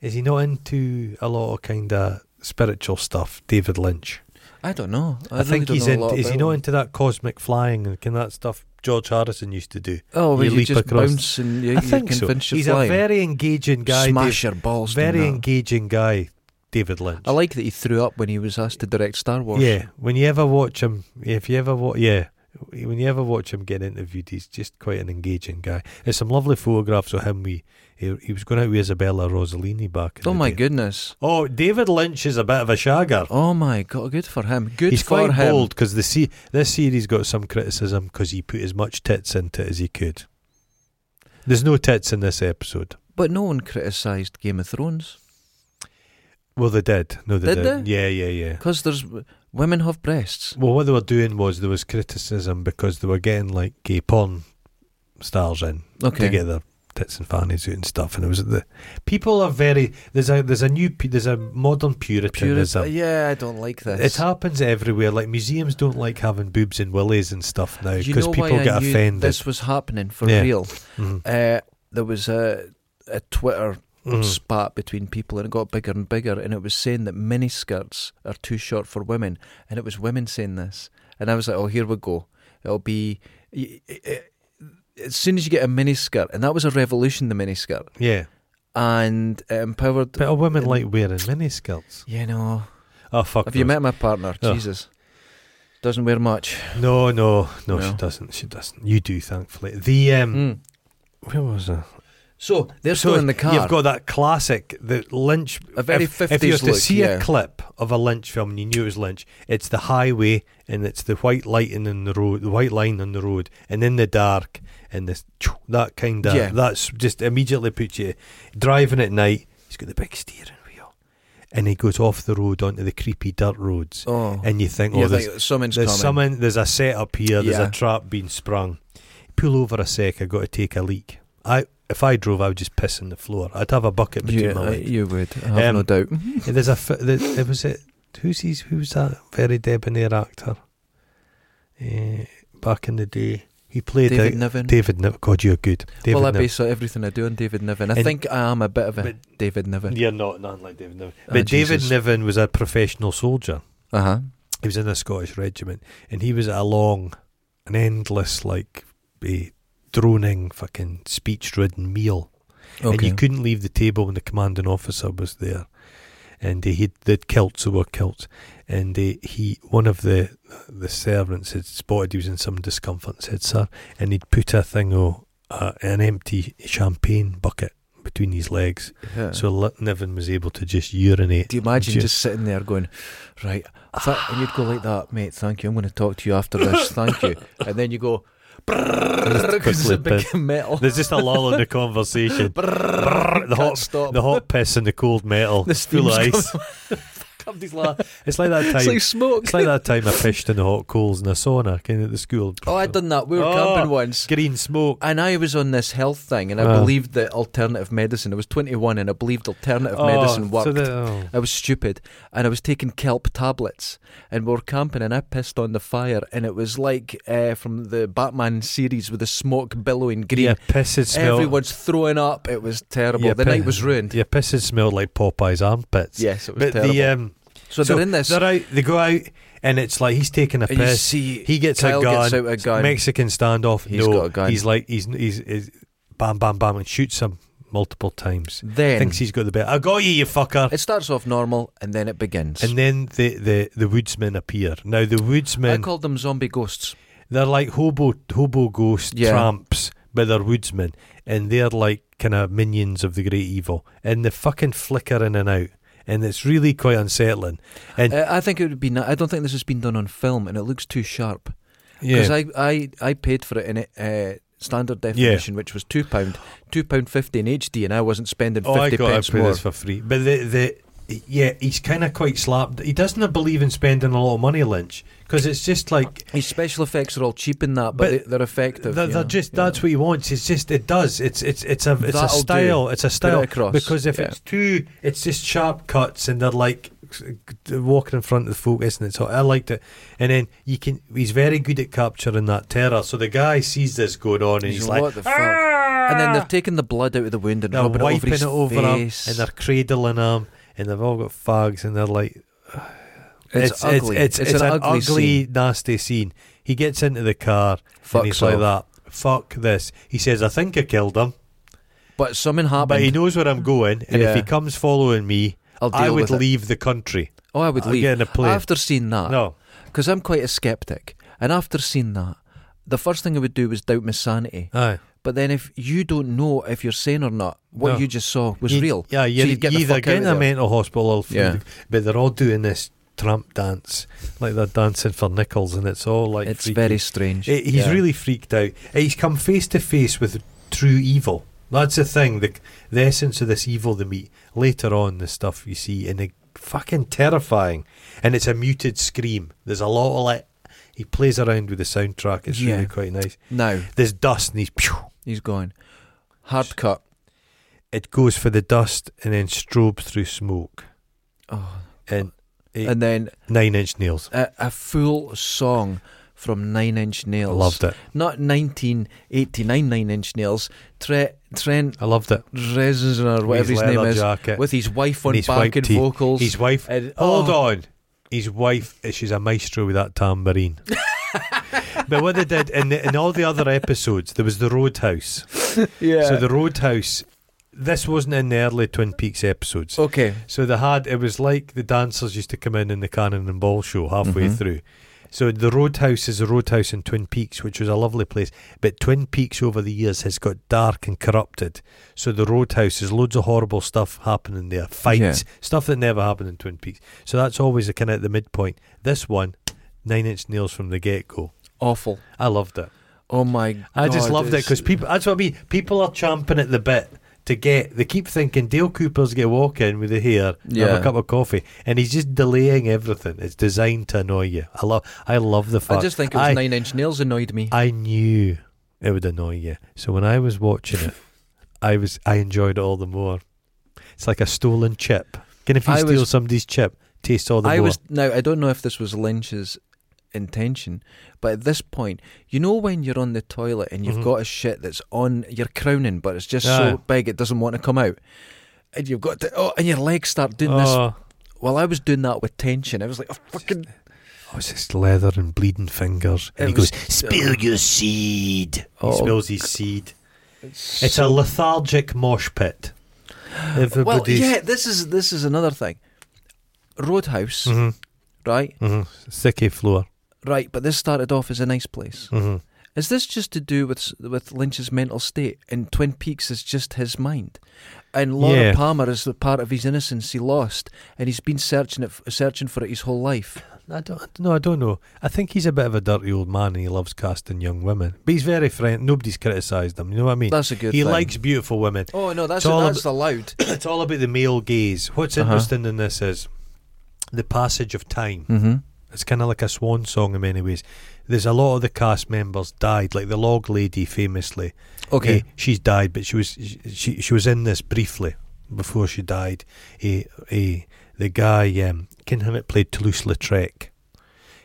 Speaker 2: is he not into a lot of kind of spiritual stuff? David Lynch.
Speaker 1: I don't know. I,
Speaker 2: I,
Speaker 1: really
Speaker 2: think
Speaker 1: don't
Speaker 2: he's
Speaker 1: know a
Speaker 2: into.
Speaker 1: lot
Speaker 2: Is he
Speaker 1: about
Speaker 2: not
Speaker 1: him.
Speaker 2: into that cosmic flying and can that stuff George Harrison used to do?
Speaker 1: Oh,
Speaker 2: you
Speaker 1: well, you,
Speaker 2: leap
Speaker 1: just
Speaker 2: across-
Speaker 1: bounce and you,
Speaker 2: I
Speaker 1: you
Speaker 2: think so.
Speaker 1: convince you're
Speaker 2: He's
Speaker 1: flying.
Speaker 2: a very engaging guy.
Speaker 1: Smash
Speaker 2: Dave-
Speaker 1: your balls. doing
Speaker 2: very
Speaker 1: that.
Speaker 2: engaging guy, David Lynch.
Speaker 1: I like that he threw up when he was asked to direct Star Wars.
Speaker 2: Yeah, when you ever watch him, if you ever watch, yeah, when you ever watch him get interviewed, he's just quite an engaging guy. There's some lovely photographs of him. We he, he was going out with Isabella Rossellini back. In
Speaker 1: Oh
Speaker 2: the
Speaker 1: my
Speaker 2: day.
Speaker 1: goodness.
Speaker 2: Oh, David Lynch is a bit of a shagger.
Speaker 1: Oh my god. Good for him. Good
Speaker 2: he's
Speaker 1: for
Speaker 2: quite
Speaker 1: him.
Speaker 2: bold because the se- this series got some criticism because he put as much tits into it as he could. There's no tits in this episode.
Speaker 1: But no one criticised Game of Thrones
Speaker 2: Well, they did. No, they
Speaker 1: Did
Speaker 2: did.
Speaker 1: they?
Speaker 2: Yeah, yeah, yeah.
Speaker 1: because there's women have breasts.
Speaker 2: Well, what they were doing was there was criticism because they were getting like gay porn stars in
Speaker 1: Okay.
Speaker 2: to get their tits and fannies out and stuff, and it was the people are very there's a there's a new pu- there's a modern
Speaker 1: Purist-
Speaker 2: puritanism.
Speaker 1: Yeah, I don't like this.
Speaker 2: It happens everywhere. Like museums don't like having boobs and willies and stuff now
Speaker 1: Do you
Speaker 2: because
Speaker 1: know
Speaker 2: people
Speaker 1: why I
Speaker 2: get
Speaker 1: knew
Speaker 2: offended.
Speaker 1: This was happening for
Speaker 2: Yeah.
Speaker 1: real.
Speaker 2: Mhm.
Speaker 1: Uh, there was a a Twitter
Speaker 2: Mhm.
Speaker 1: spat between people, and it got bigger and bigger. And it was saying that miniskirts are too short for women, and it was women saying this. And I was like, "Oh, here we go. It'll be." y- y- y- As soon as you get a miniskirt, and that was a revolution, the miniskirt,
Speaker 2: Yeah,
Speaker 1: and it empowered.
Speaker 2: but a woman
Speaker 1: in-
Speaker 2: like wearing miniskirts.
Speaker 1: You know,
Speaker 2: Oh fuck!
Speaker 1: have you
Speaker 2: knows.
Speaker 1: met my partner?
Speaker 2: Oh.
Speaker 1: Jesus, doesn't wear much.
Speaker 2: No, no, no, She
Speaker 1: No.
Speaker 2: doesn't. She doesn't. You do, thankfully. The um,
Speaker 1: Mm.
Speaker 2: where was I?
Speaker 1: So they're
Speaker 2: So
Speaker 1: still in the car.
Speaker 2: You've got that classic, the Lynch.
Speaker 1: A very
Speaker 2: if, if you were
Speaker 1: 50s
Speaker 2: to
Speaker 1: look,
Speaker 2: see a
Speaker 1: yeah.
Speaker 2: clip of a Lynch film and you knew it was Lynch, it's the highway and it's the white lighting on the road, the white line on the road, and in the dark and this that kind of
Speaker 1: Yeah.
Speaker 2: that's just immediately puts you driving at night. He's got the big steering wheel, and he goes off the road onto the creepy dirt roads,
Speaker 1: oh,
Speaker 2: and you think, oh,
Speaker 1: you
Speaker 2: there's
Speaker 1: think something's
Speaker 2: there's
Speaker 1: coming.
Speaker 2: someone. There's a setup here. There's
Speaker 1: Yeah.
Speaker 2: a trap being sprung. Pull over a sec. I got to take a leak. I if I drove, I would just piss on the floor. I'd have a bucket between
Speaker 1: Yeah,
Speaker 2: my
Speaker 1: uh,
Speaker 2: legs.
Speaker 1: you would. I have
Speaker 2: Um,
Speaker 1: no doubt.
Speaker 2: Yeah, There's a f- there, there was it. Who's he's, Who was that very debonair actor? Eh, back in the day, he played
Speaker 1: David
Speaker 2: a-
Speaker 1: Niven.
Speaker 2: David Niven. God, you're good. David
Speaker 1: well, I
Speaker 2: Niven.
Speaker 1: base everything I do on David Niven. I
Speaker 2: And-
Speaker 1: think I am a bit of a
Speaker 2: But-
Speaker 1: David Niven.
Speaker 2: You're not none like David Niven.
Speaker 1: Ah,
Speaker 2: But David
Speaker 1: Jesus.
Speaker 2: Niven was a professional soldier.
Speaker 1: Uh huh.
Speaker 2: he was in a Scottish regiment, and he was at a long, an endless like a droning fucking speech-ridden meal, and
Speaker 1: Okay.
Speaker 2: you couldn't leave the table when the commanding officer was there, and he had the kilts who were kilts, and eh, he one of the the servants had spotted he was in some discomfort, and said sir, and he'd put a thing oh uh, an empty champagne bucket between his legs,
Speaker 1: Yeah.
Speaker 2: so Le- Niven was able to just urinate.
Speaker 1: Uh. do you imagine
Speaker 2: Ju-
Speaker 1: just sitting there going, right? Th- and you'd go like that, mate. Thank you. I'm going to talk to you after this. Thank you. And then you go, because
Speaker 2: quickly
Speaker 1: it became metal.
Speaker 2: There's just a lull in the conversation. Brrr, the
Speaker 1: Can't
Speaker 2: hot
Speaker 1: stop.
Speaker 2: the hot piss and the cold metal.
Speaker 1: The
Speaker 2: It's full of
Speaker 1: steam's
Speaker 2: ice.
Speaker 1: Somebody's laugh.
Speaker 2: It's like that
Speaker 1: It's
Speaker 2: time.
Speaker 1: like smoke.
Speaker 2: it's like that time I fished in the hot coals in a sauna, kind of at the school.
Speaker 1: oh, I'd done that. We were
Speaker 2: Oh.
Speaker 1: camping once.
Speaker 2: Green smoke.
Speaker 1: And I was on this health thing, and I
Speaker 2: Ah.
Speaker 1: believed that alternative medicine. I was 21, and I believed alternative
Speaker 2: Oh,
Speaker 1: medicine
Speaker 2: so
Speaker 1: worked.
Speaker 2: the- oh.
Speaker 1: I was stupid, and I was taking kelp tablets, and we were camping, and I pissed on the fire, and it was like uh, from the Batman series with the smoke billowing green.
Speaker 2: Yeah, piss had smelled.
Speaker 1: Everyone's throwing up. It was terrible.
Speaker 2: Yeah,
Speaker 1: the
Speaker 2: pi-
Speaker 1: night was ruined.
Speaker 2: Yeah, piss had smelled like Popeye's armpits.
Speaker 1: Yes, it was
Speaker 2: but
Speaker 1: terrible.
Speaker 2: the um,
Speaker 1: so, they're in this,
Speaker 2: They're out. They go out, and it's like he's taking a
Speaker 1: and you
Speaker 2: piss.
Speaker 1: see
Speaker 2: He gets
Speaker 1: Kyle
Speaker 2: a gun.
Speaker 1: gets out a gun.
Speaker 2: Mexican standoff.
Speaker 1: He's
Speaker 2: no,
Speaker 1: got a gun.
Speaker 2: he's like he's, he's he's bam bam bam and shoots him multiple times.
Speaker 1: then
Speaker 2: Thinks he's got the bit. I got you, you fucker.
Speaker 1: it starts off normal, and then it begins.
Speaker 2: And then the, the, the woodsmen appear. Now the
Speaker 1: I
Speaker 2: woodsmen,
Speaker 1: called them zombie ghosts.
Speaker 2: they're like hobo hobo ghost
Speaker 1: Yeah.
Speaker 2: tramps, but they're woodsmen, and they're like kind of minions of the great evil, and they fucking flicker in and out, and it's really quite unsettling. And
Speaker 1: I, I think it would be. Ni- I don't think this has been done on film, and it looks too sharp.
Speaker 2: yeah,
Speaker 1: Because I, I, I paid for it in uh, standard definition, which was two pound, two pound fifty in HD, and I wasn't spending
Speaker 2: oh, I
Speaker 1: fifty
Speaker 2: got
Speaker 1: pence
Speaker 2: to pay
Speaker 1: more.
Speaker 2: this for free. But the the yeah, he's kind of quite slapped. He doesn't believe in spending a lot of money, Lynch, because it's just like
Speaker 1: His special effects are all cheap in that, but,
Speaker 2: But
Speaker 1: they, they're effective.
Speaker 2: They're,
Speaker 1: you
Speaker 2: they're
Speaker 1: know,
Speaker 2: just
Speaker 1: you know.
Speaker 2: that's what he wants. It's just it does. It's it's it's a it's
Speaker 1: That'll
Speaker 2: a
Speaker 1: do.
Speaker 2: style. It's a style
Speaker 1: across,
Speaker 2: because if
Speaker 1: yeah.
Speaker 2: it's too, it's just sharp cuts and they're like walking in front of the focus and it's. all- I liked it, and then you can. He's very good at capturing that terror. So the guy sees this going on and he's,
Speaker 1: He's
Speaker 2: like, "Ah!"
Speaker 1: "What the fuck?" And then they're taking the blood out of the wound and
Speaker 2: they're
Speaker 1: rubbing
Speaker 2: wiping
Speaker 1: it
Speaker 2: it over
Speaker 1: over
Speaker 2: him
Speaker 1: his face.
Speaker 2: and they're cradling him and they've all got fags and they're like.
Speaker 1: it's, ugly.
Speaker 2: It's, it's, an, ugly,
Speaker 1: scene.
Speaker 2: nasty scene. He gets into the car and he's
Speaker 1: Fucks
Speaker 2: like
Speaker 1: off.
Speaker 2: that. Fuck this. He says, I think I killed him,
Speaker 1: But something happened.
Speaker 2: but he knows where I'm going, and if
Speaker 1: Yeah.
Speaker 2: he comes following me,
Speaker 1: I'll deal
Speaker 2: I would
Speaker 1: with it. Ah.
Speaker 2: leave the country.
Speaker 1: Oh, I would
Speaker 2: I'll
Speaker 1: leave
Speaker 2: get in a plane.
Speaker 1: after seeing that.
Speaker 2: no.
Speaker 1: because I'm quite a skeptic, and after seeing that, the first thing I would do was doubt my sanity.
Speaker 2: Aye.
Speaker 1: But then, if you don't know if you're sane or not, what
Speaker 2: No.
Speaker 1: you just saw was
Speaker 2: You-
Speaker 1: real.
Speaker 2: Yeah, you're
Speaker 1: so you'd get the
Speaker 2: either
Speaker 1: fuck
Speaker 2: getting
Speaker 1: out
Speaker 2: a
Speaker 1: of there.
Speaker 2: mental hospital, or through
Speaker 1: Yeah.
Speaker 2: the- but they're all doing this tramp dance, like they're dancing for nickels, and it's all like
Speaker 1: It's
Speaker 2: freaky.
Speaker 1: very strange.
Speaker 2: He- Eh, He's
Speaker 1: Yeah.
Speaker 2: really freaked out. Eh, He's come face to face with true evil. That's the thing. The, the essence of this evil they meet later on, the stuff you see, and the fucking terrifying. And it's a muted scream. There's a lot of like. He plays around with the soundtrack. It's
Speaker 1: Yeah.
Speaker 2: really quite nice.
Speaker 1: now
Speaker 2: There's dust, and he's. Pew,
Speaker 1: he's gone. Hard cut.
Speaker 2: it goes for the dust and then strobes through smoke.
Speaker 1: Oh,
Speaker 2: And It-
Speaker 1: and then
Speaker 2: Nine Inch Nails.
Speaker 1: a, a full song from Nine Inch
Speaker 2: I
Speaker 1: Nails.
Speaker 2: loved it.
Speaker 1: Not 1989 Nine Inch Nails. Tre- Trent
Speaker 2: I loved it.
Speaker 1: Reznor, whatever his,
Speaker 2: leather
Speaker 1: name is,
Speaker 2: Jacket.
Speaker 1: with his wife on
Speaker 2: his white
Speaker 1: backing
Speaker 2: teeth.
Speaker 1: vocals.
Speaker 2: His wife
Speaker 1: and,
Speaker 2: Hold
Speaker 1: oh,
Speaker 2: on. His wife, eh, she's a maestro with that tambourine. but what they did in, the, in all the other episodes, there was the Roadhouse.
Speaker 1: Yeah.
Speaker 2: So the Roadhouse, this wasn't in the early Twin Peaks episodes.
Speaker 1: okay.
Speaker 2: So they had it was like the dancers used to come in in the Cannon and Ball show halfway
Speaker 1: Mhm.
Speaker 2: through. So the Roadhouse is a Roadhouse in Twin Peaks, which was a lovely place. But Twin Peaks over the years has got dark and corrupted. So the Roadhouse is loads of horrible stuff happening there, fights, stuff that never happened in Twin Peaks. So that's always a kind of at the midpoint. This one, Nine Inch Nails from the get go.
Speaker 1: Awful.
Speaker 2: I loved it.
Speaker 1: Oh my god.
Speaker 2: I just loved it
Speaker 1: it's-
Speaker 2: because people. That's what I mean. People are champing at the bit to get. They keep thinking Dale Cooper's going to walk in with the hair, and have
Speaker 1: Yeah.
Speaker 2: a cup of coffee, and he's just delaying everything. It's designed to annoy you. I love. I love the fact.
Speaker 1: I just think it was
Speaker 2: I,
Speaker 1: Nine Inch Nails annoyed me.
Speaker 2: I knew it would annoy you, so when I was watching it, I was. I enjoyed it all the more. It's like a stolen chip. Can if you
Speaker 1: I
Speaker 2: steal
Speaker 1: was-
Speaker 2: somebody's chip, taste all the
Speaker 1: I
Speaker 2: more.
Speaker 1: was now. I don't know if this was Lynch's intention, but at this point, you know when you're on the toilet and you've
Speaker 2: Mhm.
Speaker 1: got a shit that's on you're crowning, but it's just
Speaker 2: Aye.
Speaker 1: so big it doesn't want to come out, and you've got to, oh, and your legs start doing this.
Speaker 2: Oh,
Speaker 1: Well, I was doing that with tension. I was like, oh, fucking.
Speaker 2: oh, it's just leather and bleeding fingers. And
Speaker 1: It
Speaker 2: he
Speaker 1: was-
Speaker 2: goes, "Spill your seed."
Speaker 1: Oh.
Speaker 2: He spills his seed. It's a lethargic mosh pit.
Speaker 1: well,
Speaker 2: Everybody's
Speaker 1: yeah. This is this is another thing. Roadhouse,
Speaker 2: Mm-hmm.
Speaker 1: right,
Speaker 2: hmm sticky floor.
Speaker 1: right. But this started off as a nice place.
Speaker 2: hmm
Speaker 1: Is this just to do with with Lynch's mental state and Twin Peaks is just his mind, and Laura
Speaker 2: Yeah.
Speaker 1: Palmer is the part of his innocence he lost, and he's been searching it, searching for it his whole life.
Speaker 2: I don't. No, I don't know. I think he's a bit of a dirty old man, and he loves casting young women. But he's very friend. Nobody's criticised him. You know what I mean?
Speaker 1: That's a good.
Speaker 2: he
Speaker 1: thing.
Speaker 2: likes beautiful women.
Speaker 1: Oh no, that's
Speaker 2: It's all
Speaker 1: that's allowed.
Speaker 2: it's all about the male gaze. What's
Speaker 1: Uh-huh.
Speaker 2: interesting in this is the passage of time.
Speaker 1: mm-hmm.
Speaker 2: It's kind of like a swan song in many ways. There's a lot of the cast members died, like the log lady famously.
Speaker 1: Okay.
Speaker 2: Eh, she's died, but she was she she was in this briefly before she died. Eh, eh, the guy um, Ken Hammett played Toulouse Lautrec.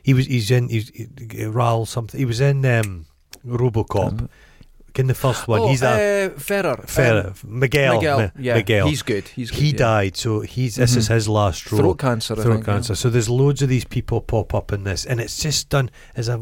Speaker 2: He was he's in he's, he, eh, Raoul something. He was in um, RoboCop.
Speaker 1: Um,
Speaker 2: In the first one,
Speaker 1: oh,
Speaker 2: he's a
Speaker 1: uh, Ferrer.
Speaker 2: Ferrer, Miguel.
Speaker 1: Miguel.
Speaker 2: Miguel.
Speaker 1: Yeah,
Speaker 2: Miguel.
Speaker 1: he's good. He's good,
Speaker 2: he
Speaker 1: yeah.
Speaker 2: died, so he's this is
Speaker 1: Mhm.
Speaker 2: his last role
Speaker 1: Throat cancer. I
Speaker 2: throat
Speaker 1: think, yeah.
Speaker 2: cancer. So there's loads of these people pop up in this, and it's just done as a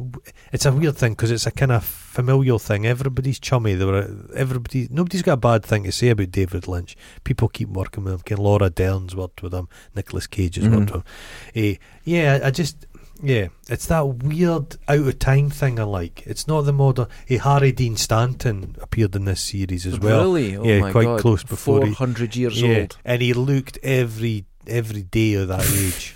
Speaker 2: it's a weird thing because it's a kind of familial thing. Everybody's chummy. There were everybody. Nobody's got a bad thing to say about David Lynch. People keep working with him. Ken Laura Dern's worked with him. Nicholas Cage has worked
Speaker 1: Mhm.
Speaker 2: with him. Eh, yeah, I just. Yeah, it's that weird out of time thing I like. It's not the modern. eh, Harry Dean Stanton appeared in this series as well
Speaker 1: Really? Oh
Speaker 2: Yeah,
Speaker 1: my
Speaker 2: quite
Speaker 1: God.
Speaker 2: close before
Speaker 1: Four
Speaker 2: he-
Speaker 1: hundred years old.
Speaker 2: and he looked every every day of that age.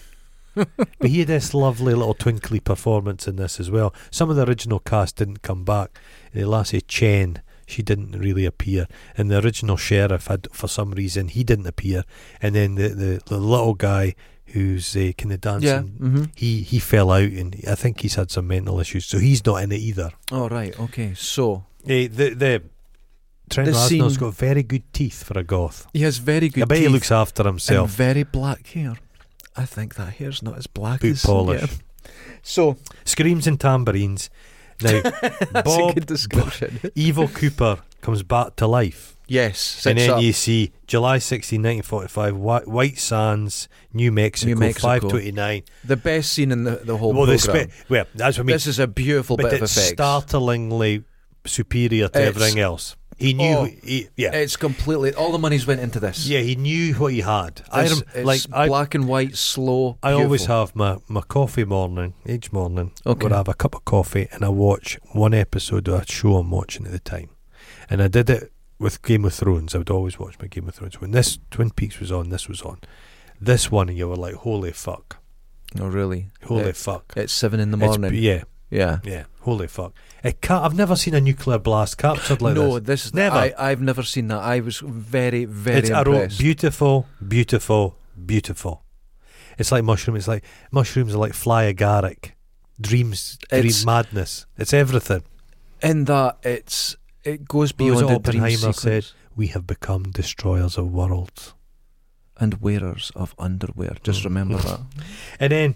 Speaker 2: but he had this lovely little twinkly performance in this as well. Some of the original cast didn't come back. The lassie Chen, she didn't really appear, and the original sheriff had, for some reason, he didn't appear. And then the the, the little guy who's uh, kind of dancing,
Speaker 1: Yeah. Mm-hmm.
Speaker 2: he he fell out, and I think he's had some mental issues, so he's not in it either.
Speaker 1: Oh right. Okay. So
Speaker 2: Eh, the the Trent
Speaker 1: The
Speaker 2: Reznor's
Speaker 1: scene-
Speaker 2: got very good teeth for a goth.
Speaker 1: he has very good.
Speaker 2: I bet he
Speaker 1: teeth
Speaker 2: looks after
Speaker 1: and
Speaker 2: himself.
Speaker 1: very black hair. I think that hair's not as black
Speaker 2: Boot
Speaker 1: as
Speaker 2: polish.
Speaker 1: yeah. So
Speaker 2: Screams and tambourines. Now,
Speaker 1: that's a
Speaker 2: Bob-
Speaker 1: good description.
Speaker 2: Evil Cooper comes back to life.
Speaker 1: yes.
Speaker 2: and
Speaker 1: Sits
Speaker 2: then
Speaker 1: up.
Speaker 2: you see July 16, 1945, Whi- White Sands, New Mexico,
Speaker 1: New Mexico.
Speaker 2: 529.
Speaker 1: the best scene in the, the whole
Speaker 2: Well, they
Speaker 1: program.
Speaker 2: spe- well, that's what I mean.
Speaker 1: this is a beautiful
Speaker 2: but
Speaker 1: bit of
Speaker 2: it's
Speaker 1: effects.
Speaker 2: startlingly superior to
Speaker 1: It's-
Speaker 2: everything else. He knew,
Speaker 1: Oh,
Speaker 2: he, yeah,
Speaker 1: It's completely all the money's went into this.
Speaker 2: yeah, he knew what he had. I
Speaker 1: It's,
Speaker 2: rem-
Speaker 1: it's
Speaker 2: like I,
Speaker 1: black and white, slow.
Speaker 2: I always
Speaker 1: beautiful.
Speaker 2: have my, my coffee morning, each morning,
Speaker 1: Okay.
Speaker 2: where I have a cup of coffee and I watch one episode of a show I'm watching at the time. And I did it with Game of Thrones. I would always watch my Game of Thrones. When this Twin Peaks was on, this was on. This one, you were like, holy fuck.
Speaker 1: No, Oh, really.
Speaker 2: Holy
Speaker 1: It-
Speaker 2: fuck.
Speaker 1: It's seven in the
Speaker 2: It's-
Speaker 1: morning.
Speaker 2: yeah,
Speaker 1: yeah.
Speaker 2: yeah. Holy fuck. It ca I've never seen a nuclear blast captured like
Speaker 1: no,
Speaker 2: this.
Speaker 1: this, is
Speaker 2: Never.
Speaker 1: I, I've never seen that. I was very, very
Speaker 2: It's I wrote,
Speaker 1: impressed.
Speaker 2: beautiful, beautiful, beautiful. It's like mushroom. It's like mushrooms are like fly agaric. Dreams, dream
Speaker 1: It's-
Speaker 2: madness. It's everything.
Speaker 1: in that, it's it goes
Speaker 2: What
Speaker 1: beyond
Speaker 2: was
Speaker 1: the
Speaker 2: it
Speaker 1: dream
Speaker 2: Oppenheimer
Speaker 1: sequence
Speaker 2: said? We have become destroyers of worlds.
Speaker 1: and wearers of underwear. Just
Speaker 2: Mm.
Speaker 1: remember that.
Speaker 2: And then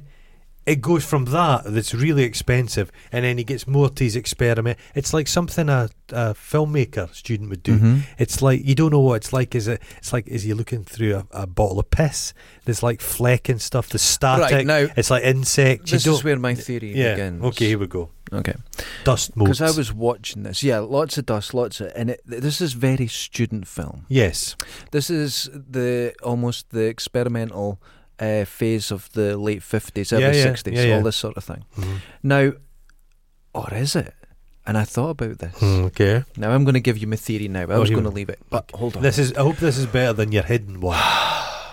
Speaker 2: it goes from that that's really expensive, and then he gets more to his experiment. It's like something a, a filmmaker student would do.
Speaker 1: Mhm.
Speaker 2: It's like you don't know what it's like. Is it? It's like is he looking through a, a bottle of piss? There's like fleck and stuff. The static.
Speaker 1: Right now,
Speaker 2: It's like insects.
Speaker 1: this
Speaker 2: you don't,
Speaker 1: is where my theory
Speaker 2: yeah.
Speaker 1: begins.
Speaker 2: Okay, here we go.
Speaker 1: Okay.
Speaker 2: Dust motes.
Speaker 1: Because I was watching this. Yeah, lots of dust, lots of, and it, this is very student film.
Speaker 2: yes.
Speaker 1: This is the almost the experimental uh, phase of the late fifties,
Speaker 2: Yeah,
Speaker 1: early
Speaker 2: yeah,
Speaker 1: sixties,
Speaker 2: yeah, yeah.
Speaker 1: all this sort of thing.
Speaker 2: Mhm.
Speaker 1: Now, or is it? And I thought about this.
Speaker 2: Hmm. Mm, Okay.
Speaker 1: Now I'm going to give you my theory. Now I
Speaker 2: Oh,
Speaker 1: was
Speaker 2: here
Speaker 1: going to
Speaker 2: we-
Speaker 1: leave it, but hold on.
Speaker 2: This is. I hope this is better than your hidden one.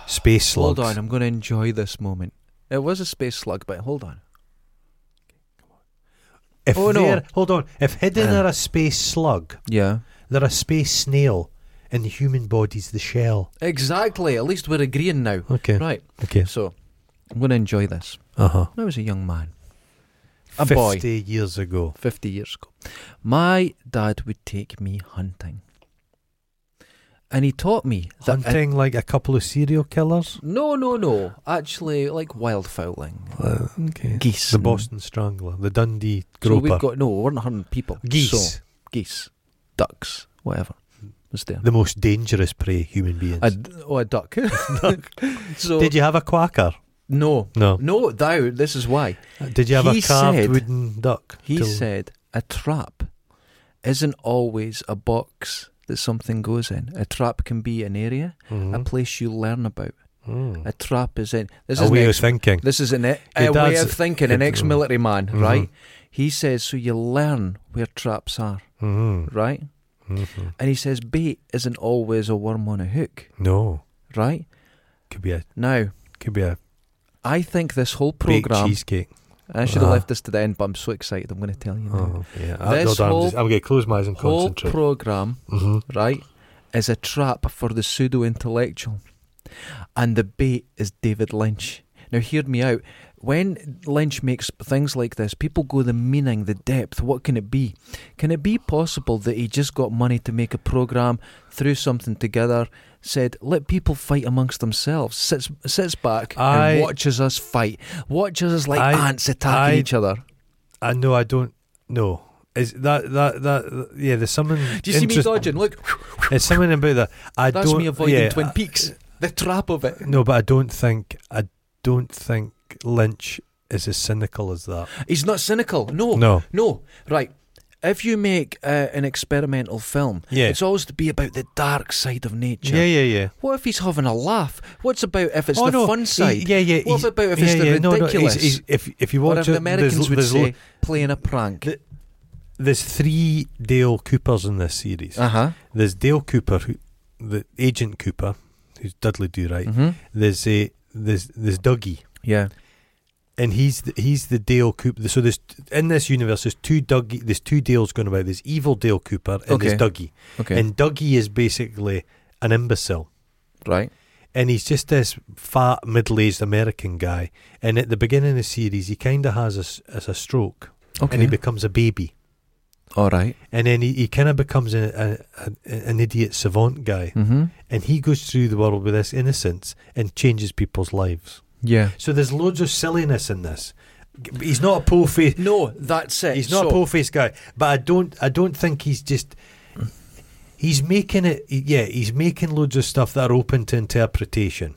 Speaker 2: Space slugs.
Speaker 1: hold on. I'm going to enjoy this moment. It was a space slug, but hold on.
Speaker 2: If
Speaker 1: Oh, no.
Speaker 2: they're- Hold on. If hidden
Speaker 1: Um.
Speaker 2: are a space slug,
Speaker 1: Yeah,
Speaker 2: they're a space snail, and the human body's the shell.
Speaker 1: exactly. At least we're agreeing now,
Speaker 2: Okay.
Speaker 1: right?
Speaker 2: Okay.
Speaker 1: So I'm going to enjoy this.
Speaker 2: Uh huh.
Speaker 1: When I was a young man, a
Speaker 2: Fifty
Speaker 1: boy,
Speaker 2: years ago.
Speaker 1: 50 years ago. My dad would take me hunting. And he taught me that.
Speaker 2: Hunting like a couple of serial killers.
Speaker 1: no, no, no. Actually, like wildfowling.
Speaker 2: Uh, okay.
Speaker 1: Geese.
Speaker 2: The
Speaker 1: and-
Speaker 2: Boston Strangler, the Dundee
Speaker 1: So
Speaker 2: Groper,
Speaker 1: we've got. No, we weren't hunting people.
Speaker 2: geese,
Speaker 1: So, geese. Ducks. Whatever. Was there.
Speaker 2: the most dangerous prey human beings.
Speaker 1: A d oh, a duck. so,
Speaker 2: Did you have a quacker?
Speaker 1: no.
Speaker 2: No.
Speaker 1: No, thou, this is why.
Speaker 2: Uh, Did you have
Speaker 1: He
Speaker 2: a carved
Speaker 1: said-
Speaker 2: wooden duck?
Speaker 1: He
Speaker 2: till-
Speaker 1: said a trap isn't always a box that something goes in. A trap can be an area, a
Speaker 2: Mhm.
Speaker 1: place you learn about.
Speaker 2: Mm.
Speaker 1: A trap is in. This
Speaker 2: a
Speaker 1: is
Speaker 2: way
Speaker 1: an
Speaker 2: of
Speaker 1: ex,
Speaker 2: thinking.
Speaker 1: this is an, e-
Speaker 2: Your
Speaker 1: a way
Speaker 2: dad's-
Speaker 1: of thinking. An
Speaker 2: your-
Speaker 1: ex-military man,
Speaker 2: Mhm.
Speaker 1: right? He says so. You learn where traps are,
Speaker 2: Mhm.
Speaker 1: right?
Speaker 2: Mhm.
Speaker 1: And he says bait isn't always a worm on a hook,
Speaker 2: No,
Speaker 1: right?
Speaker 2: could be a
Speaker 1: Now,
Speaker 2: could be a
Speaker 1: I think this whole
Speaker 2: baked
Speaker 1: program.
Speaker 2: cheesecake.
Speaker 1: I should have
Speaker 2: Ah.
Speaker 1: left this to the end, but I'm so excited. I'm going to tell you. Now.
Speaker 2: Oh, yeah. I-
Speaker 1: Mm-hmm. This
Speaker 2: no, I'm,
Speaker 1: whole-
Speaker 2: just, I'm going to close my eyes and
Speaker 1: whole
Speaker 2: concentrate.
Speaker 1: program,
Speaker 2: hmm
Speaker 1: right, is a trap for the pseudo intellectual, and the bait is David Lynch. Now, hear me out. When Lynch makes things like this, people go the meaning, the depth. What can it be? Can it be possible that he just got money to make a program, threw something together, said, "Let people fight amongst themselves," sits sits back
Speaker 2: I-
Speaker 1: and watches us fight, watches us like
Speaker 2: I-
Speaker 1: ants attacking
Speaker 2: I-
Speaker 1: each other.
Speaker 2: I know. I don't know. Is that that that? Yeah, there's something.
Speaker 1: Do you see me
Speaker 2: interest-
Speaker 1: dodging? Look,
Speaker 2: There's something about that. I
Speaker 1: that's
Speaker 2: don't.
Speaker 1: me avoiding
Speaker 2: yeah,
Speaker 1: Twin
Speaker 2: I-
Speaker 1: Peaks. The trap of it.
Speaker 2: No, but I don't think I don't think Lynch is as cynical as that.
Speaker 1: He's not cynical. No, no,
Speaker 2: No.
Speaker 1: Right. If you make uh, an experimental film,
Speaker 2: Yeah.
Speaker 1: it's always to be about the dark side of nature.
Speaker 2: yeah, yeah.
Speaker 1: What if he's having a laugh? What's about if it's the fun side?
Speaker 2: Oh, yeah, yeah.
Speaker 1: What
Speaker 2: he's-
Speaker 1: about if it's the ridiculous?
Speaker 2: he's, he's, if if you
Speaker 1: Or
Speaker 2: watch
Speaker 1: if the
Speaker 2: it,
Speaker 1: Americans
Speaker 2: there's,
Speaker 1: would
Speaker 2: there's, lo-
Speaker 1: say, playing a prank.
Speaker 2: The- there's three Dale Coopers in this series.
Speaker 1: Uh huh.
Speaker 2: There's Dale Cooper, who, the Agent Cooper, who's Dudley Do Right.
Speaker 1: hmm
Speaker 2: There's a there's there's Dougie,
Speaker 1: Yeah.
Speaker 2: and he's the, he's the Dale Cooper. So there's in this universe, there's two Dougie, there's two Dales going about. There's evil Dale Cooper and there's
Speaker 1: Okay.
Speaker 2: Dougie,
Speaker 1: Okay.
Speaker 2: and Dougie is basically an imbecile.
Speaker 1: right.
Speaker 2: and he's just this fat middle-aged American guy. And at the beginning of the series, he kind of has a, s- has a stroke,
Speaker 1: Okay.
Speaker 2: and he becomes a baby,
Speaker 1: All right.
Speaker 2: and then he, he kind of becomes a, a, a, an idiot savant guy,
Speaker 1: Mm-hmm.
Speaker 2: and he goes through the world with this innocence and changes people's lives.
Speaker 1: Yeah.
Speaker 2: So there's loads of silliness in this. G- He's not a po face.
Speaker 1: No, that's it.
Speaker 2: He's not a
Speaker 1: Eh, So-
Speaker 2: po face guy, but I don't. I don't think he's just. He's making it. Yeah, he's making loads of stuff that are open to interpretation,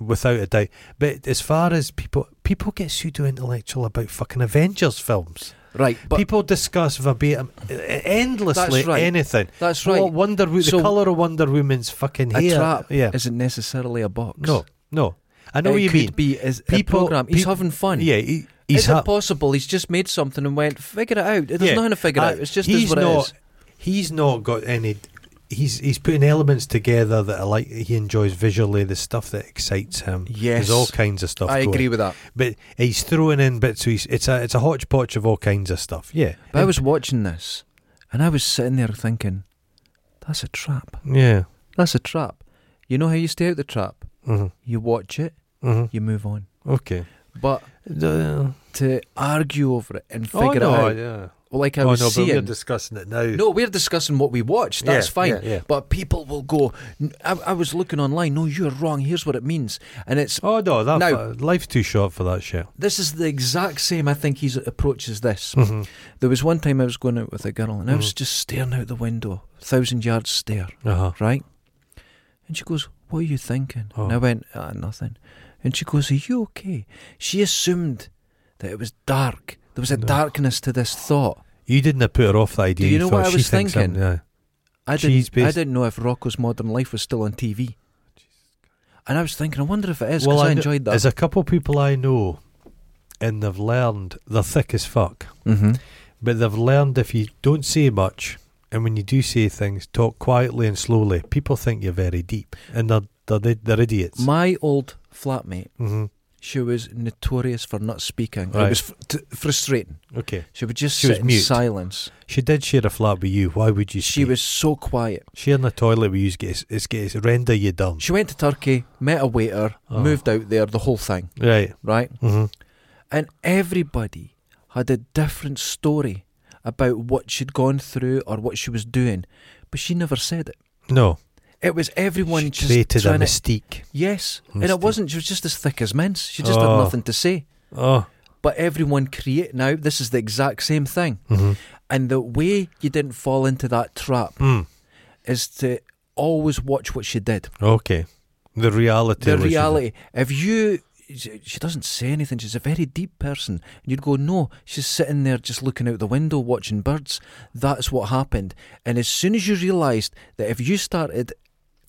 Speaker 2: without a doubt. But as far as people, people get pseudo intellectual about fucking Avengers films.
Speaker 1: right, but
Speaker 2: people discuss verbatim uh, endlessly
Speaker 1: That's right.
Speaker 2: anything.
Speaker 1: that's
Speaker 2: Well,
Speaker 1: right.
Speaker 2: Wonder Wo-
Speaker 1: So-
Speaker 2: the color of Wonder Woman's fucking
Speaker 1: A
Speaker 2: hair.
Speaker 1: trap
Speaker 2: yeah.
Speaker 1: isn't necessarily a box.
Speaker 2: No. No. I know
Speaker 1: it
Speaker 2: what you
Speaker 1: could
Speaker 2: mean.
Speaker 1: be as a
Speaker 2: People-
Speaker 1: program. He's
Speaker 2: peop-
Speaker 1: having fun.
Speaker 2: Yeah. He, he's
Speaker 1: is
Speaker 2: ha-
Speaker 1: it possible he's just made something and went figure it out? There's
Speaker 2: Yeah.
Speaker 1: nothing to figure
Speaker 2: Uh,
Speaker 1: out. It's just
Speaker 2: he's
Speaker 1: is what
Speaker 2: not,
Speaker 1: it is.
Speaker 2: He's not got any. He's he's putting elements together that are like he enjoys visually. The stuff that excites him.
Speaker 1: Yes.
Speaker 2: there's all kinds of stuff.
Speaker 1: I
Speaker 2: going.
Speaker 1: agree with that.
Speaker 2: but he's throwing in bits. So he's, it's a it's a hodgepodge of all kinds of stuff. Yeah,
Speaker 1: But I was watching this and I was sitting there thinking, that's a trap.
Speaker 2: yeah.
Speaker 1: That's a trap. You know how you stay out the trap?
Speaker 2: hmm
Speaker 1: You watch it,
Speaker 2: hmm
Speaker 1: you move on.
Speaker 2: Okay.
Speaker 1: But
Speaker 2: The-
Speaker 1: to argue over it and
Speaker 2: oh,
Speaker 1: figure
Speaker 2: no,
Speaker 1: it out,
Speaker 2: Yeah.
Speaker 1: like I
Speaker 2: Oh no,
Speaker 1: was
Speaker 2: but we're
Speaker 1: seeing.
Speaker 2: discussing it now.
Speaker 1: no, we're discussing what we watched. That's
Speaker 2: Yeah,
Speaker 1: fine.
Speaker 2: yeah, yeah.
Speaker 1: But people will go, "N- I, I was looking online. No, you're wrong. Here's what it means. And it's
Speaker 2: Oh no, that
Speaker 1: Now-
Speaker 2: uh, life's too short for that shit.
Speaker 1: this is the exact same. I think he's approaches this.
Speaker 2: hmm
Speaker 1: There was one time I was going out with a girl and I was
Speaker 2: Mhm.
Speaker 1: just staring out the window, thousand yards stare,
Speaker 2: Uh huh.
Speaker 1: right? And she goes, What are you thinking?
Speaker 2: Oh.
Speaker 1: And I went, Ah, nothing. And she goes, Are you okay? She assumed that it was dark. There was a
Speaker 2: No.
Speaker 1: darkness to this thought.
Speaker 2: You didn't put her off the idea.
Speaker 1: Do you know
Speaker 2: thought
Speaker 1: what I
Speaker 2: she
Speaker 1: was
Speaker 2: thinks I'm-
Speaker 1: thinking?
Speaker 2: Yeah.
Speaker 1: I
Speaker 2: She's
Speaker 1: didn't, I
Speaker 2: based-
Speaker 1: didn't know if Rocco's Modern Life was still on TV. And I was thinking, I wonder if it is because
Speaker 2: Well,
Speaker 1: I,
Speaker 2: I kn-
Speaker 1: enjoyed
Speaker 2: There's
Speaker 1: that.
Speaker 2: a couple people I know, and they've learned they're thick as fuck,
Speaker 1: Mm-hmm.
Speaker 2: but they've learned if you don't say much, and when you do say things, talk quietly and slowly. People think you're very deep, and they're they're, they're idiots.
Speaker 1: My old flatmate,
Speaker 2: hmm
Speaker 1: she was notorious for not speaking. It
Speaker 2: Right.
Speaker 1: was fr- t- frustrating.
Speaker 2: Okay,
Speaker 1: She would just
Speaker 2: She was
Speaker 1: sit in
Speaker 2: mute.
Speaker 1: silence.
Speaker 2: she did share a flat with you. Why would you?
Speaker 1: She
Speaker 2: speak?
Speaker 1: was so quiet.
Speaker 2: sharing a toilet with you. It's it's, it's render you dumb.
Speaker 1: She went to Turkey, met a waiter,
Speaker 2: Oh.
Speaker 1: moved out there, the whole thing,
Speaker 2: Right.
Speaker 1: right?
Speaker 2: hmm
Speaker 1: And everybody had a different story about what she'd gone through or what she was doing, but she never said it.
Speaker 2: No,
Speaker 1: It was everyone
Speaker 2: she
Speaker 1: just
Speaker 2: created a
Speaker 1: trying to-
Speaker 2: mystique.
Speaker 1: yes, and it
Speaker 2: Mistake.
Speaker 1: wasn't. She was just as thick as mince. She just had
Speaker 2: Oh.
Speaker 1: nothing to say.
Speaker 2: Oh.
Speaker 1: But everyone create now. This is the exact same thing,
Speaker 2: hmm
Speaker 1: and the way you didn't fall into that trap
Speaker 2: Mm.
Speaker 1: is to always watch what she did.
Speaker 2: Okay. The reality.
Speaker 1: the
Speaker 2: was you-
Speaker 1: reality. If you, she she doesn't say anything. She's a very deep person. And you'd go, no, she's sitting there just looking out the window watching birds. That's what happened. And as soon as you realised that if you started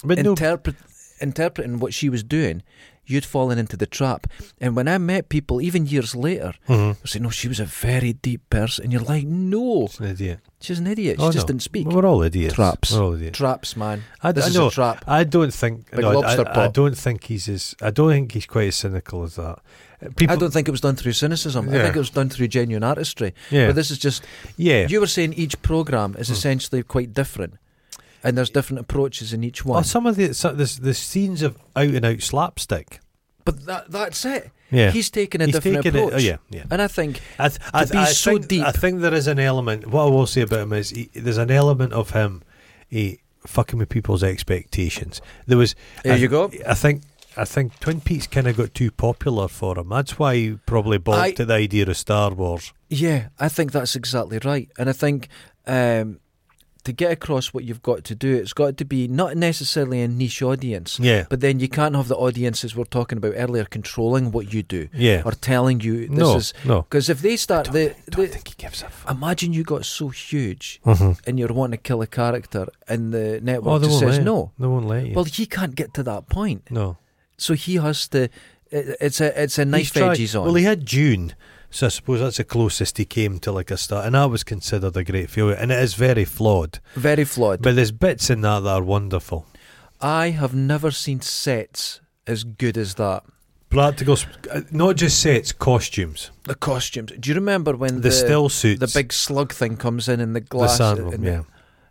Speaker 2: But no,
Speaker 1: interpret, interpreting what she was doing, you'd fallen into the trap. And when I met people, even years later,
Speaker 2: Mhm.
Speaker 1: they say, no, she was a very deep person. And you're like, no,
Speaker 2: It's an idiot.
Speaker 1: she's an idiot. She
Speaker 2: Oh,
Speaker 1: just
Speaker 2: no.
Speaker 1: didn't speak.
Speaker 2: We're all idiots.
Speaker 1: Traps.
Speaker 2: We're all idiots.
Speaker 1: Traps, man.
Speaker 2: I,
Speaker 1: This
Speaker 2: I
Speaker 1: is
Speaker 2: know.
Speaker 1: a trap.
Speaker 2: I don't think.
Speaker 1: Big
Speaker 2: no, I-
Speaker 1: lobster
Speaker 2: I, I
Speaker 1: pot.
Speaker 2: don't think he's as. I don't think he's quite as cynical as that. Uh, People,
Speaker 1: I don't think it was done through cynicism. I
Speaker 2: Yeah.
Speaker 1: think it was done through genuine artistry.
Speaker 2: Yeah.
Speaker 1: But this is just
Speaker 2: yeah. Hmm.
Speaker 1: You were saying each program is essentially quite different, and there's different approaches in each
Speaker 2: Or
Speaker 1: one.
Speaker 2: Oh, some of the so the, the scenes of out and out slapstick.
Speaker 1: But that, that's it.
Speaker 2: Yeah.
Speaker 1: He's taken a
Speaker 2: He's
Speaker 1: different
Speaker 2: taken it-
Speaker 1: approach.
Speaker 2: oh, yeah, yeah.
Speaker 1: And I think
Speaker 2: I th- I,
Speaker 1: to be
Speaker 2: I
Speaker 1: so
Speaker 2: think,
Speaker 1: deep.
Speaker 2: I think there is an element. What I will say about him is he, there's an element of him, he fucking with people's expectations. There was.
Speaker 1: There
Speaker 2: I-
Speaker 1: you go.
Speaker 2: I think. I think Twin Peaks kind of got too popular for him. That's why he probably balked
Speaker 1: I-
Speaker 2: at the idea of Star Wars.
Speaker 1: yeah, I think that's exactly right. And I think um, to get across what you've got to do, it's got to be not necessarily a niche audience,
Speaker 2: Yeah.
Speaker 1: but then you can't have the audiences we're talking about earlier controlling what you do
Speaker 2: Yeah.
Speaker 1: or telling you this
Speaker 2: no.
Speaker 1: is
Speaker 2: no.
Speaker 1: because if they start the,
Speaker 2: don't
Speaker 1: the
Speaker 2: think he gives a fuck.
Speaker 1: imagine you got so huge
Speaker 2: Mm-hmm.
Speaker 1: and you're wanting to kill a character and the network just
Speaker 2: let
Speaker 1: says
Speaker 2: you.
Speaker 1: no.
Speaker 2: Oh, They won't let you.
Speaker 1: Well, he can't get to that point,
Speaker 2: no.
Speaker 1: so he has to. it- It's a it's a
Speaker 2: He's
Speaker 1: knife
Speaker 2: tried-
Speaker 1: edge he's on.
Speaker 2: Well, he had June, so I suppose that's the closest he came to like a start, and that was considered a great failure, and it is very flawed.
Speaker 1: Very flawed.
Speaker 2: But there's bits in that that are wonderful.
Speaker 1: I have never seen sets as good as that.
Speaker 2: Practical, sp- uh, not just sets, costumes,
Speaker 1: The costumes. Do you remember when
Speaker 2: the,
Speaker 1: the
Speaker 2: still suits,
Speaker 1: the big slug thing comes in and the
Speaker 2: the
Speaker 1: glass?
Speaker 2: sandal,
Speaker 1: and-
Speaker 2: yeah.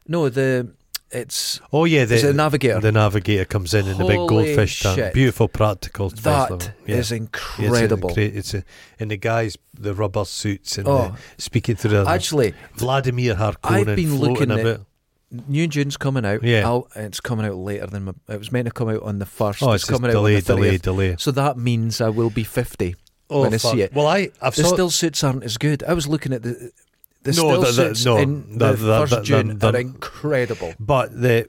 Speaker 1: No, the it's
Speaker 2: Oh yeah, the,
Speaker 1: is it a navigator?
Speaker 2: the navigator comes in in the big
Speaker 1: Holy
Speaker 2: goldfish tank.
Speaker 1: shit.
Speaker 2: Beautiful practical. first level.
Speaker 1: that
Speaker 2: Yeah.
Speaker 1: is
Speaker 2: Yeah, it's
Speaker 1: incredible.
Speaker 2: incre- It's, a, and the guys, the rubber suits, and
Speaker 1: Oh.
Speaker 2: the, speaking through the
Speaker 1: Actually,
Speaker 2: Vladimir Harkonnen.
Speaker 1: I've been
Speaker 2: floating
Speaker 1: looking at-
Speaker 2: about.
Speaker 1: new Dune's coming out.
Speaker 2: Yeah.
Speaker 1: I'll, it's coming out later than my, it was meant to come out on the first.
Speaker 2: Oh,
Speaker 1: it's,
Speaker 2: it's, just
Speaker 1: coming out
Speaker 2: delay,
Speaker 1: on the 30th.
Speaker 2: delay, delay.
Speaker 1: So that means I will be fifty.
Speaker 2: Oh,
Speaker 1: when I see
Speaker 2: fuck.
Speaker 1: it.
Speaker 2: Well, I, I've
Speaker 1: The
Speaker 2: saw,
Speaker 1: still suits aren't as good. I was looking at the the
Speaker 2: No,
Speaker 1: still
Speaker 2: the- the-
Speaker 1: suits
Speaker 2: no,
Speaker 1: in
Speaker 2: the-
Speaker 1: the,
Speaker 2: the-
Speaker 1: first
Speaker 2: the-
Speaker 1: June
Speaker 2: the-
Speaker 1: are incredible.
Speaker 2: but the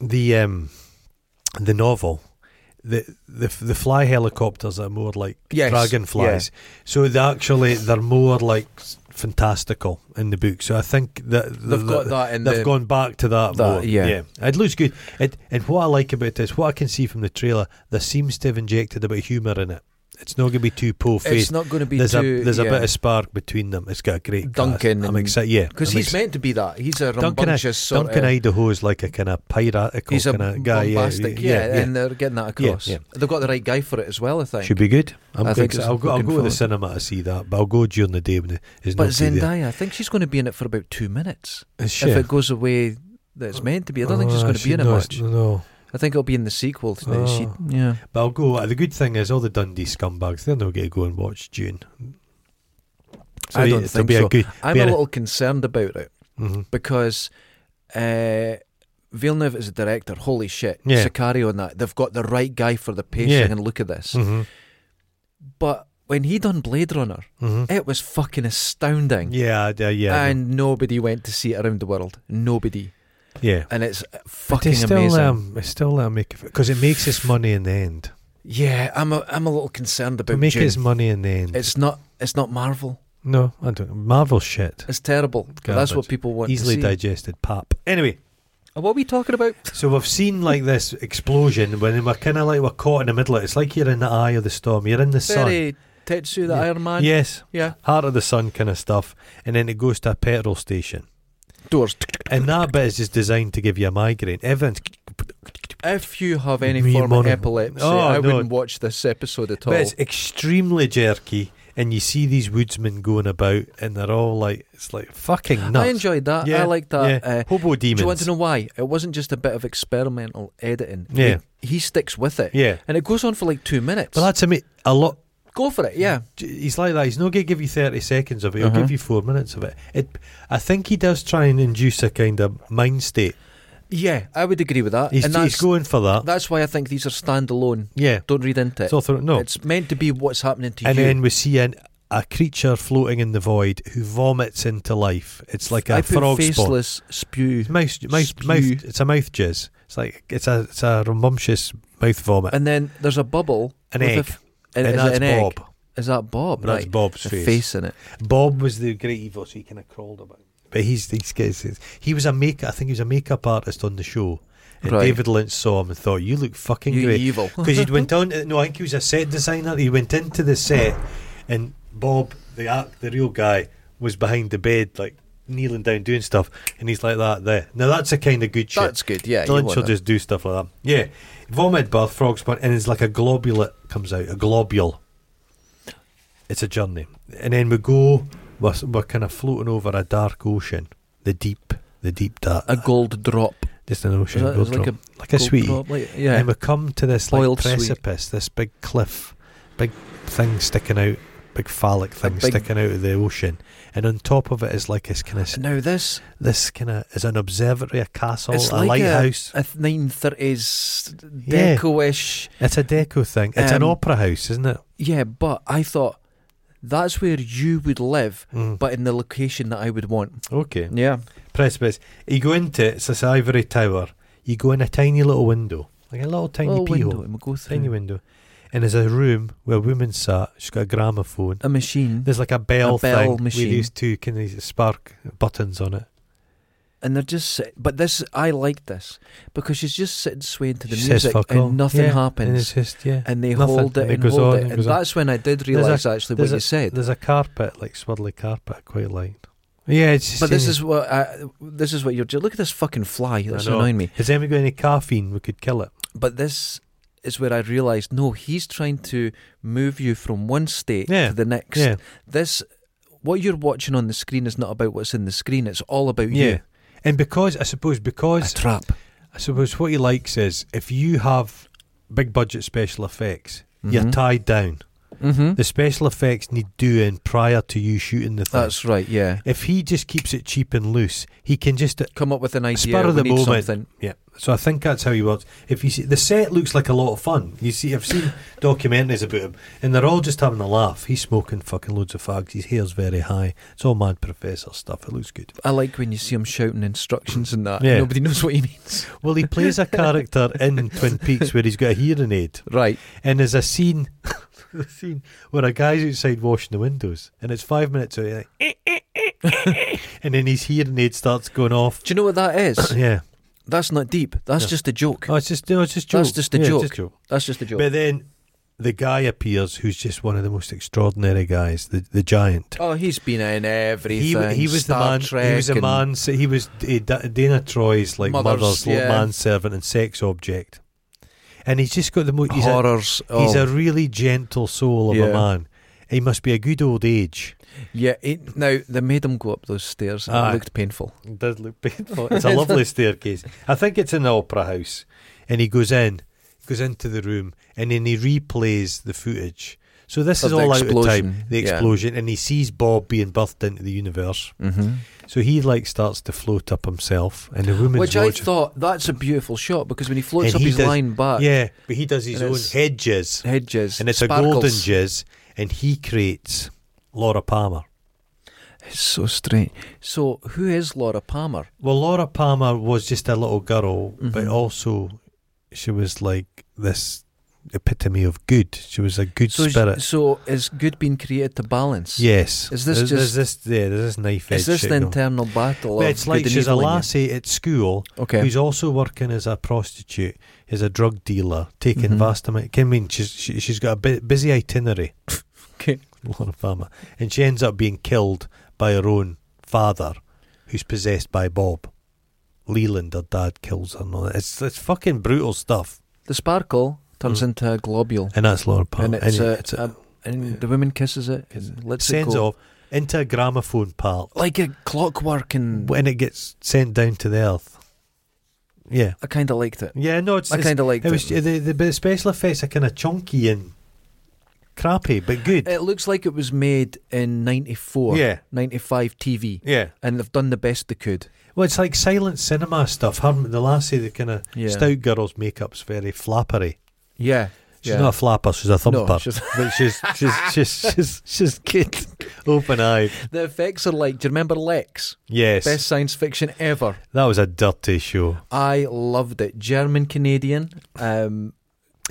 Speaker 2: the um the novel, the the the fly helicopters are more like
Speaker 1: Yes,
Speaker 2: dragonflies. So they actually they're more like s- fantastical in the book. So I think that
Speaker 1: They've
Speaker 2: that-
Speaker 1: got that in
Speaker 2: They've
Speaker 1: the-
Speaker 2: gone back to that,
Speaker 1: That,
Speaker 2: more.
Speaker 1: yeah.
Speaker 2: It looks good. It, and what I like about this, what I can see from the trailer, there seems to have injected a bit of humour in it. It's not going to be too po
Speaker 1: It's
Speaker 2: faced.
Speaker 1: not going to be
Speaker 2: There's
Speaker 1: too.
Speaker 2: a there's
Speaker 1: yeah.
Speaker 2: a bit of spark between them. It's got a great cast.
Speaker 1: Duncan
Speaker 2: I'm
Speaker 1: and-
Speaker 2: excited. Yeah,
Speaker 1: Because
Speaker 2: I'm
Speaker 1: he's
Speaker 2: exci-
Speaker 1: meant to be that. He's a
Speaker 2: Duncan, I-
Speaker 1: rambunctious sort
Speaker 2: Duncan
Speaker 1: of.
Speaker 2: Idaho is like a kind of piratical
Speaker 1: he's a
Speaker 2: kind of guy. Yeah,
Speaker 1: bombastic, yeah, and they're getting that
Speaker 2: Yeah,
Speaker 1: across.
Speaker 2: yeah.
Speaker 1: They've got the right guy for it as well, I think.
Speaker 2: Should be good. I'm
Speaker 1: I
Speaker 2: good.
Speaker 1: think it's
Speaker 2: I'll go, I'll
Speaker 1: looking
Speaker 2: go to the
Speaker 1: forward.
Speaker 2: cinema to see that, but I'll go during the day when there's
Speaker 1: but
Speaker 2: nobody there.
Speaker 1: Zendaya, I think she's going to be in it for about two minutes.
Speaker 2: Is she?
Speaker 1: If it goes away that it's meant to be, I don't think she's
Speaker 2: Oh,
Speaker 1: going to
Speaker 2: she-
Speaker 1: be in it
Speaker 2: no,
Speaker 1: much.
Speaker 2: it's- No,
Speaker 1: I think it'll be in the sequel. To
Speaker 2: Oh.
Speaker 1: the She, yeah,
Speaker 2: but I'll go. uh, The good thing is all the Dundee scumbags. They'll not get to go and watch June. So
Speaker 1: I
Speaker 2: it-
Speaker 1: don't
Speaker 2: it'll
Speaker 1: think
Speaker 2: be
Speaker 1: so.
Speaker 2: A good,
Speaker 1: I'm
Speaker 2: be
Speaker 1: a
Speaker 2: a-
Speaker 1: little concerned about it
Speaker 2: mhm.
Speaker 1: because uh, Villeneuve is a director. Holy shit,
Speaker 2: Yeah.
Speaker 1: Sicario and that. They've got the right guy for the pacing.
Speaker 2: Yeah.
Speaker 1: And look at this.
Speaker 2: Mhm.
Speaker 1: But when he done Blade Runner,
Speaker 2: Mhm.
Speaker 1: it was fucking astounding.
Speaker 2: Yeah, I- uh, yeah,
Speaker 1: and nobody went to see it around the world. Nobody,
Speaker 2: yeah.
Speaker 1: and it's
Speaker 2: But
Speaker 1: fucking
Speaker 2: they still um,
Speaker 1: amazing.
Speaker 2: let 'em- they still let 'em make it because it makes its money in the end.
Speaker 1: yeah, I'm a, I'm a little concerned
Speaker 2: It
Speaker 1: about
Speaker 2: makes
Speaker 1: June.
Speaker 2: its money in the end.
Speaker 1: It's not it's not Marvel.
Speaker 2: no, I don't. Marvel shit.
Speaker 1: It's terrible. But that's
Speaker 2: Garbage.
Speaker 1: what people want.
Speaker 2: easily
Speaker 1: to see.
Speaker 2: digested pap. Anyway,
Speaker 1: And What are we talking about?
Speaker 2: so we've seen like this explosion when we're kind of like we're caught in the middle. of it. It's like you're in the eye of the storm. You're in the sun.
Speaker 1: Very Tetsu, the
Speaker 2: Yeah.
Speaker 1: Iron Man.
Speaker 2: Yes,
Speaker 1: Yeah.
Speaker 2: heart of the sun kind of stuff, and then it goes to a petrol station,
Speaker 1: Doors.
Speaker 2: and that bit is just designed to give you a migraine. Everything's
Speaker 1: If you have any
Speaker 2: Me
Speaker 1: form
Speaker 2: mono-
Speaker 1: of epilepsy,
Speaker 2: Oh,
Speaker 1: I
Speaker 2: no.
Speaker 1: wouldn't watch this episode at all.
Speaker 2: but it's extremely jerky, and you see these woodsmen going about, and they're all like, it's like fucking nuts.
Speaker 1: I enjoyed that.
Speaker 2: Yeah,
Speaker 1: I like that.
Speaker 2: yeah.
Speaker 1: Uh,
Speaker 2: Hobo
Speaker 1: do
Speaker 2: demons.
Speaker 1: you want to know why? It wasn't just a bit of experimental editing.
Speaker 2: Yeah.
Speaker 1: He, he sticks with it.
Speaker 2: Yeah,
Speaker 1: And it goes on for like two minutes.
Speaker 2: but that's a me a lot.
Speaker 1: Go for it, yeah.
Speaker 2: he's like that. He's not going to give you thirty seconds of it. He'll
Speaker 1: Uh-huh.
Speaker 2: give you four minutes of it. it. I think he does try and induce a kind of mind state.
Speaker 1: Yeah, I would agree with that.
Speaker 2: He's,
Speaker 1: and
Speaker 2: he's
Speaker 1: that's,
Speaker 2: going for that.
Speaker 1: that's why I think these are standalone.
Speaker 2: yeah,
Speaker 1: Don't read into it.
Speaker 2: it's all through, no.
Speaker 1: It's meant to be what's happening to
Speaker 2: and
Speaker 1: you.
Speaker 2: then we see an, a creature floating in the void who vomits into life. It's like a
Speaker 1: I put
Speaker 2: frog spawn.
Speaker 1: faceless spew.
Speaker 2: It's Mouth, mouth,
Speaker 1: Spew.
Speaker 2: mouth, it's a mouth jizz. It's like it's a it's a rambumptious mouth vomit.
Speaker 1: And then there's a bubble.
Speaker 2: An
Speaker 1: with a
Speaker 2: egg.
Speaker 1: f-
Speaker 2: and,
Speaker 1: is
Speaker 2: that's
Speaker 1: it an egg?
Speaker 2: Bob.
Speaker 1: Is that Bob?
Speaker 2: That's
Speaker 1: right.
Speaker 2: Bob's
Speaker 1: The
Speaker 2: face.
Speaker 1: face. in it.
Speaker 2: Bob was the great evil, so he kind of crawled about. But he's these guys. He was a make. I think he was a makeup artist on the show. And
Speaker 1: Right.
Speaker 2: David Lynch saw him and thought, "You look fucking
Speaker 1: You
Speaker 2: great."
Speaker 1: evil.
Speaker 2: Because he'd went on. To, no, I think he was a set designer. He went into the set, and Bob, the act, the real guy, was behind the bed, like kneeling down doing stuff, and he's like that there. Now that's a kind of good shit.
Speaker 1: That's good, yeah. you
Speaker 2: Lynch
Speaker 1: want
Speaker 2: will
Speaker 1: that.
Speaker 2: just do stuff like that. Yeah, vomit birth, frog spawn, and it's like a globule comes out, a globule. It's a journey, and then we go. We're, s- we're kind of floating over a dark ocean, the deep, the deep dark,
Speaker 1: a gold drop.
Speaker 2: just an
Speaker 1: Is
Speaker 2: ocean,
Speaker 1: that-
Speaker 2: gold
Speaker 1: is like
Speaker 2: drop.
Speaker 1: a
Speaker 2: like a
Speaker 1: gold
Speaker 2: sweetie.
Speaker 1: drop, like- yeah.
Speaker 2: And we come to this like
Speaker 1: Boiled sweet.
Speaker 2: precipice, this big cliff, big thing sticking out, big phallic thing
Speaker 1: big-
Speaker 2: sticking out of the ocean, and on top of it is like this kind of
Speaker 1: now this
Speaker 2: this kind of is an observatory, a castle,
Speaker 1: it's
Speaker 2: a
Speaker 1: like
Speaker 2: lighthouse.
Speaker 1: a nine thirties
Speaker 2: Yeah.
Speaker 1: deco-ish.
Speaker 2: It's a deco thing. It's an
Speaker 1: Um,
Speaker 2: opera house, isn't it?
Speaker 1: Yeah. but I thought that's where you would live, but in the location that I would want.
Speaker 2: Mm. okay.
Speaker 1: Yeah.
Speaker 2: Precipice. You go into it, it's this ivory tower. You go in a tiny little window, like a little tiny
Speaker 1: Little Oh, window, Hmm.
Speaker 2: peephole,
Speaker 1: and we'll go through
Speaker 2: tiny window. And there's a room where a woman sat. She's got a gramophone.
Speaker 1: a machine,
Speaker 2: There's like a bell,
Speaker 1: A bell
Speaker 2: thing
Speaker 1: machine.
Speaker 2: with these two kind of spark buttons on it.
Speaker 1: and they're just. sit- But this, I like this because she's just sitting swaying to the
Speaker 2: She says,
Speaker 1: music,
Speaker 2: "Fuck
Speaker 1: and
Speaker 2: all."
Speaker 1: nothing
Speaker 2: Yeah,
Speaker 1: happens.
Speaker 2: And it's just yeah.
Speaker 1: and they
Speaker 2: Nothing.
Speaker 1: hold it
Speaker 2: And
Speaker 1: and,
Speaker 2: it goes
Speaker 1: hold
Speaker 2: on,
Speaker 1: it,
Speaker 2: it
Speaker 1: and
Speaker 2: goes on.
Speaker 1: that's when I did
Speaker 2: a-
Speaker 1: realise actually what
Speaker 2: there's a-
Speaker 1: you said.
Speaker 2: There's a carpet, like swaddly carpet, I quite like. Yeah, it's just
Speaker 1: But this
Speaker 2: yeah.
Speaker 1: is what I, this is what you're. Look at this fucking fly. That's
Speaker 2: know.
Speaker 1: annoying me.
Speaker 2: Has anyone got any caffeine? We could kill it.
Speaker 1: But this is where I realised no, he's trying to move you from one state
Speaker 2: Yeah.
Speaker 1: to the next.
Speaker 2: Yeah.
Speaker 1: This, what you're watching on the screen is not about what's in the screen. It's all about
Speaker 2: Yeah.
Speaker 1: you.
Speaker 2: And because I suppose
Speaker 1: A
Speaker 2: because
Speaker 1: trap.
Speaker 2: I suppose what he likes is if you have big budget special effects, you're
Speaker 1: Mhm.
Speaker 2: tied down.
Speaker 1: Mm-hmm.
Speaker 2: The special effects need doing prior to you shooting the thing.
Speaker 1: That's right. Yeah.
Speaker 2: if he just keeps it cheap and loose, he can just.
Speaker 1: Come up with an idea.
Speaker 2: Spur of
Speaker 1: we
Speaker 2: the
Speaker 1: need
Speaker 2: moment.
Speaker 1: Something.
Speaker 2: Yeah. So I think that's how he works. If you see the set looks like a lot of fun. You see, I've seen documentaries about him, and they're all just having a laugh. He's smoking fucking loads of fags. His hair's very high. It's all mad professor stuff. It looks good.
Speaker 1: I like when you see him shouting instructions and that.
Speaker 2: Yeah.
Speaker 1: Nobody knows what he means.
Speaker 2: Well, he plays a character in Twin Peaks where he's got a hearing aid.
Speaker 1: Right.
Speaker 2: And there's a scene, a scene where a guy's outside washing the windows, and it's five minutes away, like, "Eh, eh, eh, eh, eh," and then his hearing aid starts going off.
Speaker 1: Do you know what that is?
Speaker 2: yeah,
Speaker 1: That's not deep. That's
Speaker 2: Yeah.
Speaker 1: just a joke.
Speaker 2: oh, it's just no, it's just joke.
Speaker 1: That's just a
Speaker 2: Yeah, it's
Speaker 1: joke.
Speaker 2: just joke.
Speaker 1: That's just a joke.
Speaker 2: But then the guy appears, who's just one of the most extraordinary guys, the the giant.
Speaker 1: oh, he's been in everything.
Speaker 2: He, wa- he was
Speaker 1: Star
Speaker 2: the man.
Speaker 1: Trek
Speaker 2: he was a
Speaker 1: and-
Speaker 2: man. so He was eh, Da- Dana Troy's like
Speaker 1: Mother's,
Speaker 2: mother's,
Speaker 1: yeah.
Speaker 2: manservant and sex object, and he's just got the most. He's, a,
Speaker 1: horrors.
Speaker 2: he's
Speaker 1: oh,
Speaker 2: a really gentle soul of
Speaker 1: Yeah.
Speaker 2: a man. He must be a good old age.
Speaker 1: yeah. It, now they made him go up those stairs. And
Speaker 2: Aye.
Speaker 1: it looked painful.
Speaker 2: It does look painful. It's a lovely staircase. I think it's in the opera house. And he goes in, goes into the room, and then he replays the footage. So this
Speaker 1: Of
Speaker 2: is
Speaker 1: the
Speaker 2: all out of
Speaker 1: explosion,
Speaker 2: time. The
Speaker 1: yeah.
Speaker 2: explosion, and he sees Bob being birthed into the universe.
Speaker 1: Mm-hmm.
Speaker 2: So he like starts to float up himself, and the woman's
Speaker 1: Which I
Speaker 2: watching.
Speaker 1: thought that's a beautiful shot because when he floats
Speaker 2: And
Speaker 1: up
Speaker 2: he
Speaker 1: his
Speaker 2: does-
Speaker 1: line back,
Speaker 2: yeah, but he does his
Speaker 1: And
Speaker 2: own
Speaker 1: it's-
Speaker 2: head jizz,
Speaker 1: head jizz,
Speaker 2: and it's
Speaker 1: sparkles.
Speaker 2: a golden jizz, and he creates Laura Palmer.
Speaker 1: It's so strange. So who is Laura Palmer?
Speaker 2: Well, Laura Palmer was just a little girl, but
Speaker 1: Mhm.
Speaker 2: also she was like this epitome of good. She was a good
Speaker 1: So, is-
Speaker 2: spirit.
Speaker 1: so is good being created to balance?
Speaker 2: yes.
Speaker 1: Is this
Speaker 2: there's,
Speaker 1: just-
Speaker 2: there's this? Yeah, there's this knife edge.
Speaker 1: Is this
Speaker 2: shit
Speaker 1: the
Speaker 2: going.
Speaker 1: internal battle?
Speaker 2: But
Speaker 1: of
Speaker 2: it's like
Speaker 1: good and
Speaker 2: she's a
Speaker 1: evil in you?
Speaker 2: lassie at school
Speaker 1: Okay.
Speaker 2: who's also working as a prostitute, as a drug dealer, taking
Speaker 1: Mhm.
Speaker 2: vast amount. I mean, she's she, she's got a bu- busy itinerary.
Speaker 1: Okay.
Speaker 2: Laura Palmer, and she ends up being killed by her own father, who's possessed by Bob. Leland, her dad, kills her. And all that. It's it's fucking brutal stuff.
Speaker 1: The sparkle turns
Speaker 2: Mm.
Speaker 1: into a globule,
Speaker 2: And that's Laura Palmer.
Speaker 1: and it's, a,
Speaker 2: it's a-
Speaker 1: a- and the woman kisses it
Speaker 2: Kisses
Speaker 1: and lets it
Speaker 2: sends
Speaker 1: go
Speaker 2: off into a gramophone part
Speaker 1: like a clockwork, and
Speaker 2: when it gets sent down to the earth. Yeah,
Speaker 1: I kind of liked it.
Speaker 2: yeah. No, it's,
Speaker 1: I
Speaker 2: it's
Speaker 1: kind of liked
Speaker 2: it
Speaker 1: it.
Speaker 2: was the the bit of special effects are kind of chunky and crappy, but good.
Speaker 1: It looks like it was made in 94,
Speaker 2: yeah,
Speaker 1: 95 TV,
Speaker 2: yeah.
Speaker 1: and they've done the best they could.
Speaker 2: Well, it's like silent cinema stuff. Her, the lassie, the kind of
Speaker 1: Yeah.
Speaker 2: Stout girl's makeup's very flappery.
Speaker 1: Yeah.
Speaker 2: She's
Speaker 1: yeah.
Speaker 2: not a flapper, she's a thumper.
Speaker 1: No, she's-
Speaker 2: but she's she's she's she's, she's good. Open eyed.
Speaker 1: the effects are like, do you remember Lex?
Speaker 2: Yes.
Speaker 1: Best science fiction ever.
Speaker 2: That was a dirty show.
Speaker 1: I loved it. German Canadian, um,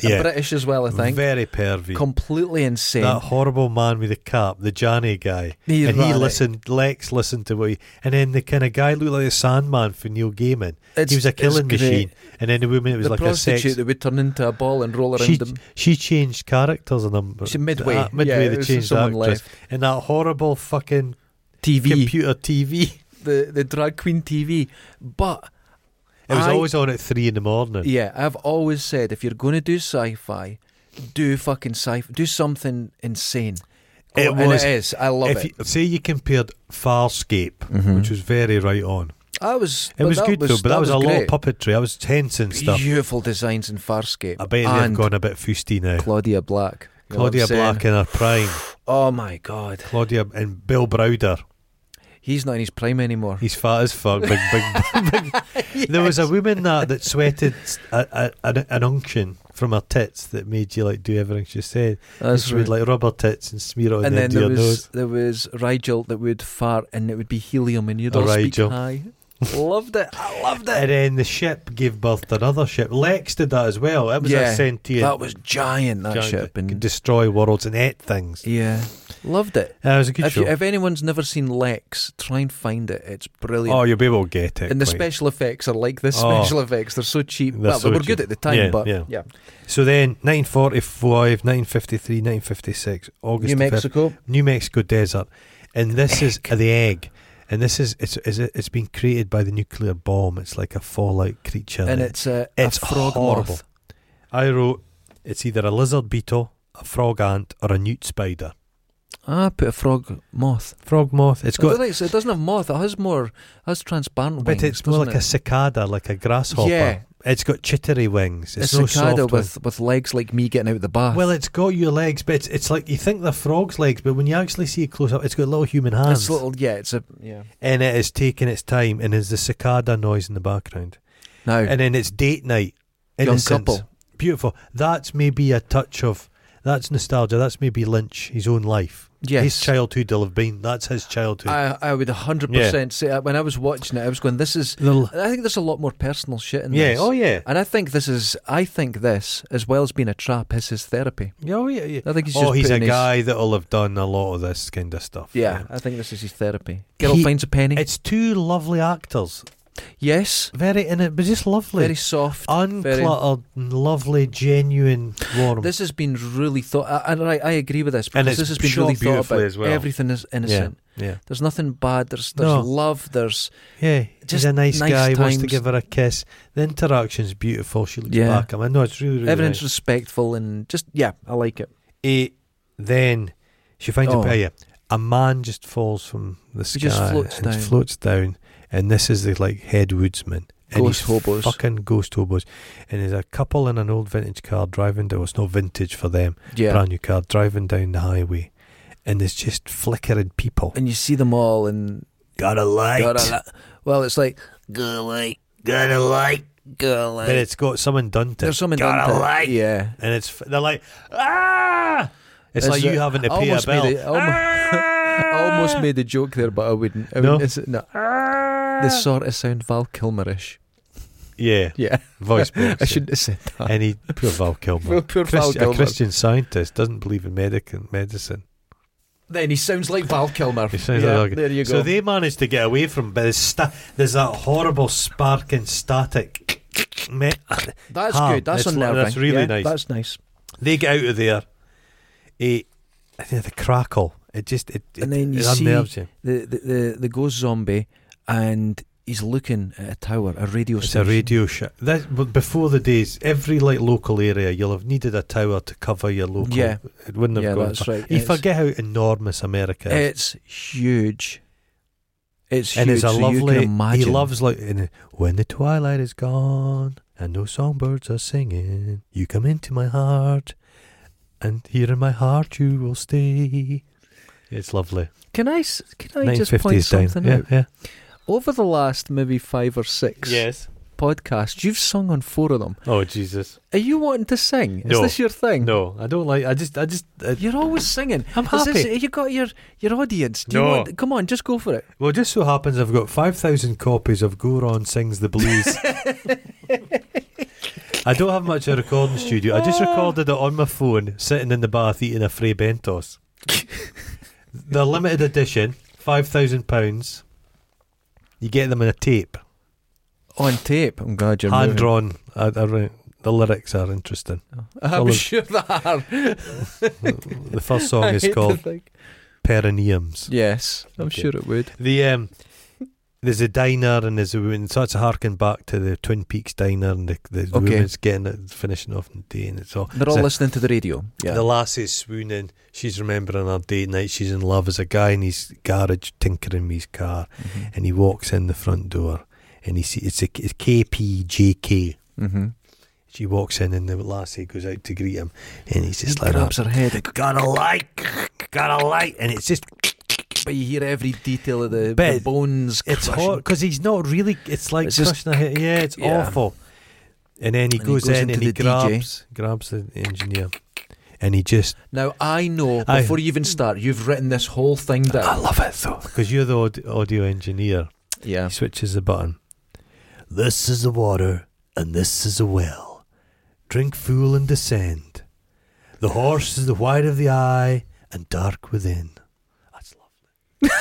Speaker 1: and
Speaker 2: Yeah.
Speaker 1: British as well, I think.
Speaker 2: Very pervy.
Speaker 1: Completely insane.
Speaker 2: that horrible man with the cap, the Johnny guy.
Speaker 1: He's
Speaker 2: and he
Speaker 1: right.
Speaker 2: listened Lex listened to what he and then the kind of guy looked like the Sandman for Neil Gaiman.
Speaker 1: It's-
Speaker 2: he was a
Speaker 1: it's
Speaker 2: killing
Speaker 1: great.
Speaker 2: machine. And then the woman it was
Speaker 1: the
Speaker 2: like a
Speaker 1: prostitute
Speaker 2: sex
Speaker 1: that would turn into a ball and roll around
Speaker 2: she,
Speaker 1: them.
Speaker 2: she changed characters in them.
Speaker 1: She midway.
Speaker 2: Ah, midway
Speaker 1: Yeah, it
Speaker 2: they
Speaker 1: was
Speaker 2: changed the
Speaker 1: someone
Speaker 2: actress.
Speaker 1: left.
Speaker 2: And that horrible fucking
Speaker 1: TV,
Speaker 2: computer TV.
Speaker 1: the the drag queen TV. But
Speaker 2: It was
Speaker 1: I-
Speaker 2: always on at three in the morning.
Speaker 1: yeah, I've always said if you're going to do sci-fi, do fucking sci, do something insane.
Speaker 2: It
Speaker 1: Oh, and
Speaker 2: was-
Speaker 1: it is. I love
Speaker 2: if
Speaker 1: it.
Speaker 2: You, say you compared Farscape, which was very right on.
Speaker 1: I was.
Speaker 2: It
Speaker 1: but
Speaker 2: was
Speaker 1: that
Speaker 2: good though, but that was, a
Speaker 1: great.
Speaker 2: lot of puppetry. I was tense and stuff.
Speaker 1: Beautiful designs in Farscape.
Speaker 2: I bet
Speaker 1: and
Speaker 2: they've gone a bit fusty now.
Speaker 1: Claudia Black. You know what I'm
Speaker 2: Claudia
Speaker 1: saying?
Speaker 2: Black in her prime.
Speaker 1: Oh my god,
Speaker 2: Claudia and Bill Browder.
Speaker 1: he's not in his prime anymore.
Speaker 2: He's fat as fuck. Big, big, big. There was a woman that that sweated a, a, an, an unction from her tits that made you like do everything she said.
Speaker 1: That's
Speaker 2: she
Speaker 1: right.
Speaker 2: would like rub her tits and smear it on
Speaker 1: and
Speaker 2: the
Speaker 1: then
Speaker 2: end of
Speaker 1: there
Speaker 2: your
Speaker 1: was
Speaker 2: nose.
Speaker 1: there was Rigel that would fart and it would be helium and you'd
Speaker 2: Oh,
Speaker 1: all
Speaker 2: Rigel.
Speaker 1: speak high. loved it. I loved it.
Speaker 2: And then the ship gave birth to another ship. Lex did that as well. It was
Speaker 1: Yeah,
Speaker 2: a sentient.
Speaker 1: That was giant that
Speaker 2: giant
Speaker 1: ship
Speaker 2: that could
Speaker 1: and
Speaker 2: destroy worlds and ate things.
Speaker 1: yeah, loved it.
Speaker 2: That was a good
Speaker 1: If,
Speaker 2: show.
Speaker 1: you, if anyone's never seen Lex, try and find it. It's brilliant.
Speaker 2: oh, you'll be able to get it.
Speaker 1: and the
Speaker 2: quite.
Speaker 1: special effects are like this.
Speaker 2: Oh.
Speaker 1: Special effects they're so cheap.
Speaker 2: They're
Speaker 1: well,
Speaker 2: so
Speaker 1: they were
Speaker 2: cheap.
Speaker 1: good at the time,
Speaker 2: Yeah,
Speaker 1: but
Speaker 2: yeah.
Speaker 1: yeah.
Speaker 2: So then, 945, 953, 956, August
Speaker 1: New
Speaker 2: the fifth,
Speaker 1: Mexico.
Speaker 2: New Mexico desert, and this is the egg, and this is it's it's it's been created by the nuclear bomb. It's like a fallout creature,
Speaker 1: And
Speaker 2: that-
Speaker 1: it's uh, a,
Speaker 2: it's
Speaker 1: a frog
Speaker 2: horrible.
Speaker 1: moth.
Speaker 2: I wrote It's either a lizard beetle, a frog ant, or a newt spider.
Speaker 1: Ah, put a frog moth.
Speaker 2: Frog moth. It's
Speaker 1: I don't
Speaker 2: got,
Speaker 1: think so. it doesn't have moth. It has more. Has transparent wings.
Speaker 2: but it's more
Speaker 1: doesn't
Speaker 2: like
Speaker 1: it?
Speaker 2: a cicada, like a grasshopper.
Speaker 1: Yeah.
Speaker 2: It's got chittery wings. It's
Speaker 1: a
Speaker 2: no
Speaker 1: cicada
Speaker 2: soft wing.
Speaker 1: with, with legs like me getting out of the bath.
Speaker 2: Well, it's got your legs, but it's, it's like you think the frog's legs, but when you actually see it close up, it's got little human hands.
Speaker 1: it's little. Yeah, it's a yeah.
Speaker 2: and it is taking its time, and there's the cicada noise in the background.
Speaker 1: Now,
Speaker 2: And then it's date night.
Speaker 1: Young
Speaker 2: Innocence.
Speaker 1: couple.
Speaker 2: Beautiful. That's maybe a touch of, that's nostalgia. That's maybe Lynch, his own life.
Speaker 1: yes,
Speaker 2: His childhood will have been. That's his childhood.
Speaker 1: I I would hundred percent say that. when I was watching it, I was going, "This is."
Speaker 2: The-
Speaker 1: I think there's a lot more personal shit in
Speaker 2: yeah.
Speaker 1: this.
Speaker 2: Oh, yeah.
Speaker 1: And I think this is. I think this, as well as being a trap, is his therapy.
Speaker 2: Yeah, Oh, yeah, yeah.
Speaker 1: I think he's
Speaker 2: oh,
Speaker 1: just
Speaker 2: he's a
Speaker 1: putting his-
Speaker 2: guy that'll have done a lot of this kind of stuff.
Speaker 1: Yeah, I think this is his therapy.
Speaker 2: He-
Speaker 1: Girl finds a penny.
Speaker 2: It's two lovely actors.
Speaker 1: yes,
Speaker 2: Very in it, but just lovely.
Speaker 1: very soft.
Speaker 2: Uncluttered, and lovely, genuine, warm.
Speaker 1: This has been really thought. I- And I, I agree with this because
Speaker 2: it's
Speaker 1: this has been
Speaker 2: shot
Speaker 1: really thought
Speaker 2: beautifully
Speaker 1: about.
Speaker 2: as well.
Speaker 1: Everything is innocent.
Speaker 2: yeah.
Speaker 1: There's nothing bad. There's there's
Speaker 2: No.
Speaker 1: love. There's
Speaker 2: Yeah.
Speaker 1: Just
Speaker 2: he's a nice,
Speaker 1: nice
Speaker 2: guy, wants to
Speaker 1: times.
Speaker 2: give her a kiss. The interaction's beautiful. She looks
Speaker 1: Yeah.
Speaker 2: back at him. I know it's really, really
Speaker 1: everything's
Speaker 2: nice.
Speaker 1: respectful and just yeah, I like it.
Speaker 2: Eight, then she finds
Speaker 1: Oh.
Speaker 2: a yeah, a man just falls from the sky
Speaker 1: He just floats
Speaker 2: and
Speaker 1: down.
Speaker 2: floats down, and this is the like head woodsman. And
Speaker 1: Ghost
Speaker 2: he's
Speaker 1: hobos.
Speaker 2: Fucking ghost hobos. And there's a couple in an old vintage car driving down, well, it's not vintage for them,
Speaker 1: Yeah.
Speaker 2: brand new car, driving down the highway. And there's just flickering people.
Speaker 1: And you see them all and
Speaker 2: Got a light.
Speaker 1: God, I li- well, it's like good light,
Speaker 2: Got a light.
Speaker 1: good
Speaker 2: But
Speaker 1: light.
Speaker 2: it's got someone done to
Speaker 1: There's
Speaker 2: it.
Speaker 1: something
Speaker 2: Got
Speaker 1: done
Speaker 2: a
Speaker 1: to it.
Speaker 2: light.
Speaker 1: Yeah.
Speaker 2: And it's, f- they're like, ah! It's,
Speaker 1: It's
Speaker 2: like you
Speaker 1: a-
Speaker 2: having to
Speaker 1: I
Speaker 2: pay a
Speaker 1: almost made
Speaker 2: bill.
Speaker 1: it- I almo- I almost made a joke there, but I wouldn't. I
Speaker 2: Ah. No?
Speaker 1: wouldn't- it's- no.
Speaker 2: Ah!
Speaker 1: They sort of sound Val Kilmerish.
Speaker 2: Yeah,
Speaker 1: Yeah.
Speaker 2: voice box.
Speaker 1: I shouldn't have said that. uh,
Speaker 2: And he, poor Val Kilmer.
Speaker 1: Poor- poor Val
Speaker 2: Christi-
Speaker 1: Kilmer.
Speaker 2: A Christian scientist doesn't believe in medic- medicine.
Speaker 1: Then he sounds like Val Kilmer.
Speaker 2: He sounds
Speaker 1: yeah,
Speaker 2: like a-
Speaker 1: there you go.
Speaker 2: So they managed to get away from, but there's, sta- there's that horrible spark and static. Me-
Speaker 1: that's
Speaker 2: Harm.
Speaker 1: good. That's
Speaker 2: It's like-
Speaker 1: unnerving.
Speaker 2: Ah, that's really
Speaker 1: Yeah,
Speaker 2: nice.
Speaker 1: That's nice.
Speaker 2: they get out of there. It, the crackle. It just it, it,
Speaker 1: And then you
Speaker 2: it
Speaker 1: see-
Speaker 2: unnerves you.
Speaker 1: The the the, the ghost zombie, and he's looking at a tower, a radio
Speaker 2: It's a
Speaker 1: station.
Speaker 2: radio show. That but before the days, every like local area, you'll have needed a tower to cover your local.
Speaker 1: Yeah.
Speaker 2: it wouldn't have
Speaker 1: Yeah,
Speaker 2: gone.
Speaker 1: that's
Speaker 2: far.
Speaker 1: right.
Speaker 2: You
Speaker 1: It's-
Speaker 2: forget how enormous America is.
Speaker 1: It's huge. It's
Speaker 2: and
Speaker 1: huge.
Speaker 2: it's a
Speaker 1: so
Speaker 2: lovely.
Speaker 1: You can imagine.
Speaker 2: He loves like and, when the twilight is gone and no songbirds are singing. You come into my heart, and here in my heart you will stay. It's lovely.
Speaker 1: Can I s- can I
Speaker 2: Nine
Speaker 1: just point
Speaker 2: fifties down.
Speaker 1: something
Speaker 2: Yeah,
Speaker 1: out?
Speaker 2: yeah.
Speaker 1: Over the last maybe five or six podcasts, you've sung on four of them.
Speaker 2: Oh Jesus.
Speaker 1: Are you wanting to sing? Is
Speaker 2: No.
Speaker 1: this your thing?
Speaker 2: No, I don't like. I just. I just. I,
Speaker 1: You're always singing.
Speaker 2: I'm
Speaker 1: Is this-
Speaker 2: happy.
Speaker 1: you got your, your audience. Do you
Speaker 2: No.
Speaker 1: want, come on, just go for it.
Speaker 2: Well, it just so happens I've got 5,000 copies of Goron Sings the Blues. I don't have much of a recording studio. I just recorded it on my phone, sitting in the bath eating a Frey Bentos. They're limited edition, £5,000. You get them in a tape,
Speaker 1: On tape. I'm glad you're
Speaker 2: hand
Speaker 1: moving.
Speaker 2: drawn. I, I re- the lyrics are interesting.
Speaker 1: I'm
Speaker 2: Well,
Speaker 1: sure they are.
Speaker 2: The first
Speaker 1: I
Speaker 2: song is
Speaker 1: hate to
Speaker 2: called
Speaker 1: think.
Speaker 2: Perineums.
Speaker 1: Yes, I'm
Speaker 2: Okay.
Speaker 1: sure it would.
Speaker 2: The um, there's a diner and there's a woman. So it's a harken back to the Twin Peaks diner and the, the
Speaker 1: Okay.
Speaker 2: woman's getting it, finishing off the day and it's all.
Speaker 1: They're
Speaker 2: it's
Speaker 1: all
Speaker 2: a-
Speaker 1: listening to the radio. Yeah.
Speaker 2: The lassie's swooning. She's remembering her date night. She's in love as a guy in his garage tinkering with his car,
Speaker 1: Mhm.
Speaker 2: and he walks in the front door and he see it's a it's KPJK.
Speaker 1: Mhm.
Speaker 2: She walks in and the lassie goes out to greet him, and he's
Speaker 1: He
Speaker 2: just like,
Speaker 1: grabs her head,
Speaker 2: "Got a light, got a light," and it's just
Speaker 1: but you hear every detail of the,
Speaker 2: But
Speaker 1: the bones.
Speaker 2: It's
Speaker 1: crushing.
Speaker 2: hot because he's not really. It's like
Speaker 1: It's just-
Speaker 2: crushing a hit. Yeah, it's
Speaker 1: Yeah.
Speaker 2: awful. And then he,
Speaker 1: And he
Speaker 2: goes,
Speaker 1: goes
Speaker 2: in
Speaker 1: into
Speaker 2: and he
Speaker 1: the DJ.
Speaker 2: grabs grabs the engineer, and he just.
Speaker 1: Now I know
Speaker 2: I-
Speaker 1: before you even start, you've written this whole thing
Speaker 2: I
Speaker 1: down.
Speaker 2: love it though because you're the aud- audio engineer.
Speaker 1: Yeah.
Speaker 2: He switches the button. This is the water, and this is a well. Drink full and descend. The horse is the white of the eye and dark within. That's lovely.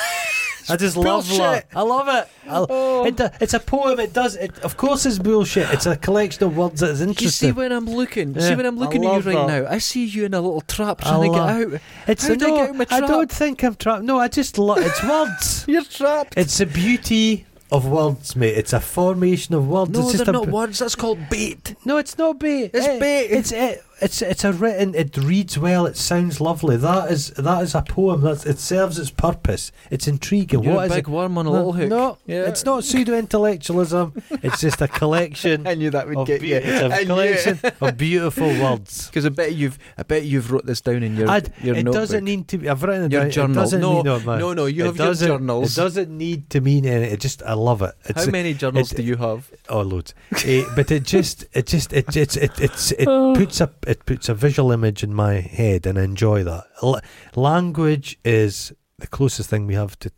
Speaker 2: I just love
Speaker 1: Bullshit. Oh.
Speaker 2: love. I love it. I, it do- it's a poem. It does. It, of course, it's bullshit. It's a collection of words that is
Speaker 1: You see
Speaker 2: interesting.
Speaker 1: when I'm looking,
Speaker 2: Yeah.
Speaker 1: see when I'm
Speaker 2: I
Speaker 1: looking at
Speaker 2: love
Speaker 1: you right
Speaker 2: that.
Speaker 1: now, I see you in a little trap
Speaker 2: I
Speaker 1: trying to
Speaker 2: love-
Speaker 1: get out.
Speaker 2: It's
Speaker 1: How
Speaker 2: a,
Speaker 1: did I
Speaker 2: no,
Speaker 1: get out of my
Speaker 2: I
Speaker 1: trap?
Speaker 2: don't think I'm trapped. No, I just love. It's words.
Speaker 1: You're trapped.
Speaker 2: it's the beauty of words, mate. It's a formation of words.
Speaker 1: No,
Speaker 2: it's just
Speaker 1: they're
Speaker 2: a
Speaker 1: not words. That's called bait.
Speaker 2: No, it's not bait.
Speaker 1: It's
Speaker 2: Eh,
Speaker 1: bait.
Speaker 2: It's eh, It's it's a written. It reads well. It sounds lovely. That is that is a poem. That's it serves its purpose. It's intriguing.
Speaker 1: You're
Speaker 2: what
Speaker 1: a
Speaker 2: is
Speaker 1: big
Speaker 2: it?
Speaker 1: worm on a
Speaker 2: No,
Speaker 1: little hook.
Speaker 2: no,
Speaker 1: Yeah.
Speaker 2: it's not pseudo intellectualism. it's just a collection.
Speaker 1: I knew that would
Speaker 2: Of
Speaker 1: get
Speaker 2: be-
Speaker 1: you.
Speaker 2: It's a
Speaker 1: I knew
Speaker 2: collection of beautiful words.
Speaker 1: Because I bet you've, I bet you've wrote this down in your,
Speaker 2: I'd-
Speaker 1: your
Speaker 2: it
Speaker 1: notebook.
Speaker 2: doesn't need to be. I've written it
Speaker 1: Your
Speaker 2: down. It
Speaker 1: journal.
Speaker 2: doesn't
Speaker 1: No,
Speaker 2: need, man.
Speaker 1: no, no, you
Speaker 2: It
Speaker 1: have your
Speaker 2: doesn't-
Speaker 1: journals.
Speaker 2: It doesn't need to mean anything. It just, I love it. It's
Speaker 1: How many journals
Speaker 2: it-
Speaker 1: do you have?
Speaker 2: Oh, loads. Eh, but it just, it just, it, it's, it, it's, it puts a, it puts a visual image in my head, and I enjoy that. L- language is the closest thing we have to,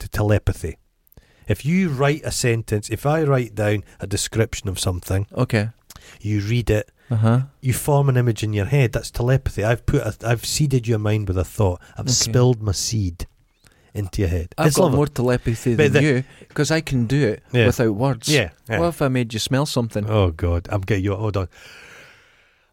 Speaker 2: to telepathy. If you write a sentence, if I write down a description of something,
Speaker 1: Okay.
Speaker 2: you read it,
Speaker 1: Uh huh.
Speaker 2: you form an image in your head. That's telepathy. I've put, a, I've seeded your mind with a thought. I've
Speaker 1: Okay.
Speaker 2: spilled my seed into your head.
Speaker 1: I've
Speaker 2: it's
Speaker 1: got
Speaker 2: lovely.
Speaker 1: more telepathy
Speaker 2: But
Speaker 1: than
Speaker 2: the-
Speaker 1: you because I can do it
Speaker 2: Yeah.
Speaker 1: without words.
Speaker 2: yeah. yeah.
Speaker 1: What if I made you smell something?
Speaker 2: Oh God, I'm getting you. Hold on.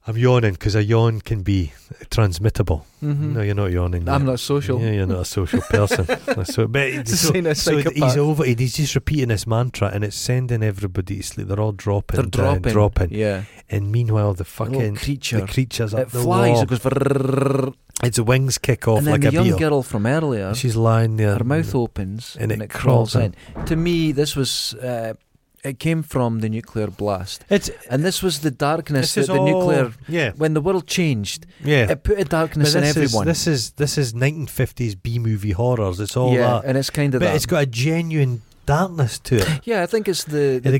Speaker 2: I'm yawning because a yawn can be transmittable.
Speaker 1: hmm
Speaker 2: No, you're not yawning.
Speaker 1: I'm
Speaker 2: yet.
Speaker 1: not social.
Speaker 2: Yeah, you're not a social person. That's so, but
Speaker 1: It's a
Speaker 2: so,
Speaker 1: sign of
Speaker 2: so
Speaker 1: psychopath.
Speaker 2: he's over. it. He's just repeating this mantra, and it's sending everybody to sleep. They're all dropping,
Speaker 1: They're
Speaker 2: down,
Speaker 1: dropping.
Speaker 2: uh, dropping.
Speaker 1: Yeah.
Speaker 2: And meanwhile, the
Speaker 1: Little
Speaker 2: fucking
Speaker 1: creature.
Speaker 2: the creatures up
Speaker 1: it
Speaker 2: the
Speaker 1: flies.
Speaker 2: wall.
Speaker 1: It goes. vrrrrrrrr,
Speaker 2: Its wings kick off
Speaker 1: and then
Speaker 2: like
Speaker 1: the
Speaker 2: a
Speaker 1: young
Speaker 2: beetle.
Speaker 1: girl from earlier,
Speaker 2: She's lying there.
Speaker 1: her mouth opens
Speaker 2: and
Speaker 1: and,
Speaker 2: it
Speaker 1: it, crawls
Speaker 2: crawls
Speaker 1: in. To me, this was. Uh, it came from the nuclear blast,
Speaker 2: It's
Speaker 1: and this was the darkness
Speaker 2: this
Speaker 1: that
Speaker 2: is
Speaker 1: the
Speaker 2: all,
Speaker 1: nuclear.
Speaker 2: Yeah,
Speaker 1: When the world changed,
Speaker 2: yeah.
Speaker 1: it put a
Speaker 2: But
Speaker 1: darkness
Speaker 2: this
Speaker 1: in
Speaker 2: is
Speaker 1: everyone.
Speaker 2: this is this is 1950s B movie horrors. It's all
Speaker 1: yeah,
Speaker 2: that.
Speaker 1: and it's kind of
Speaker 2: but
Speaker 1: that.
Speaker 2: it's got a genuine darkness to it.
Speaker 1: yeah, I think it's the the,
Speaker 2: the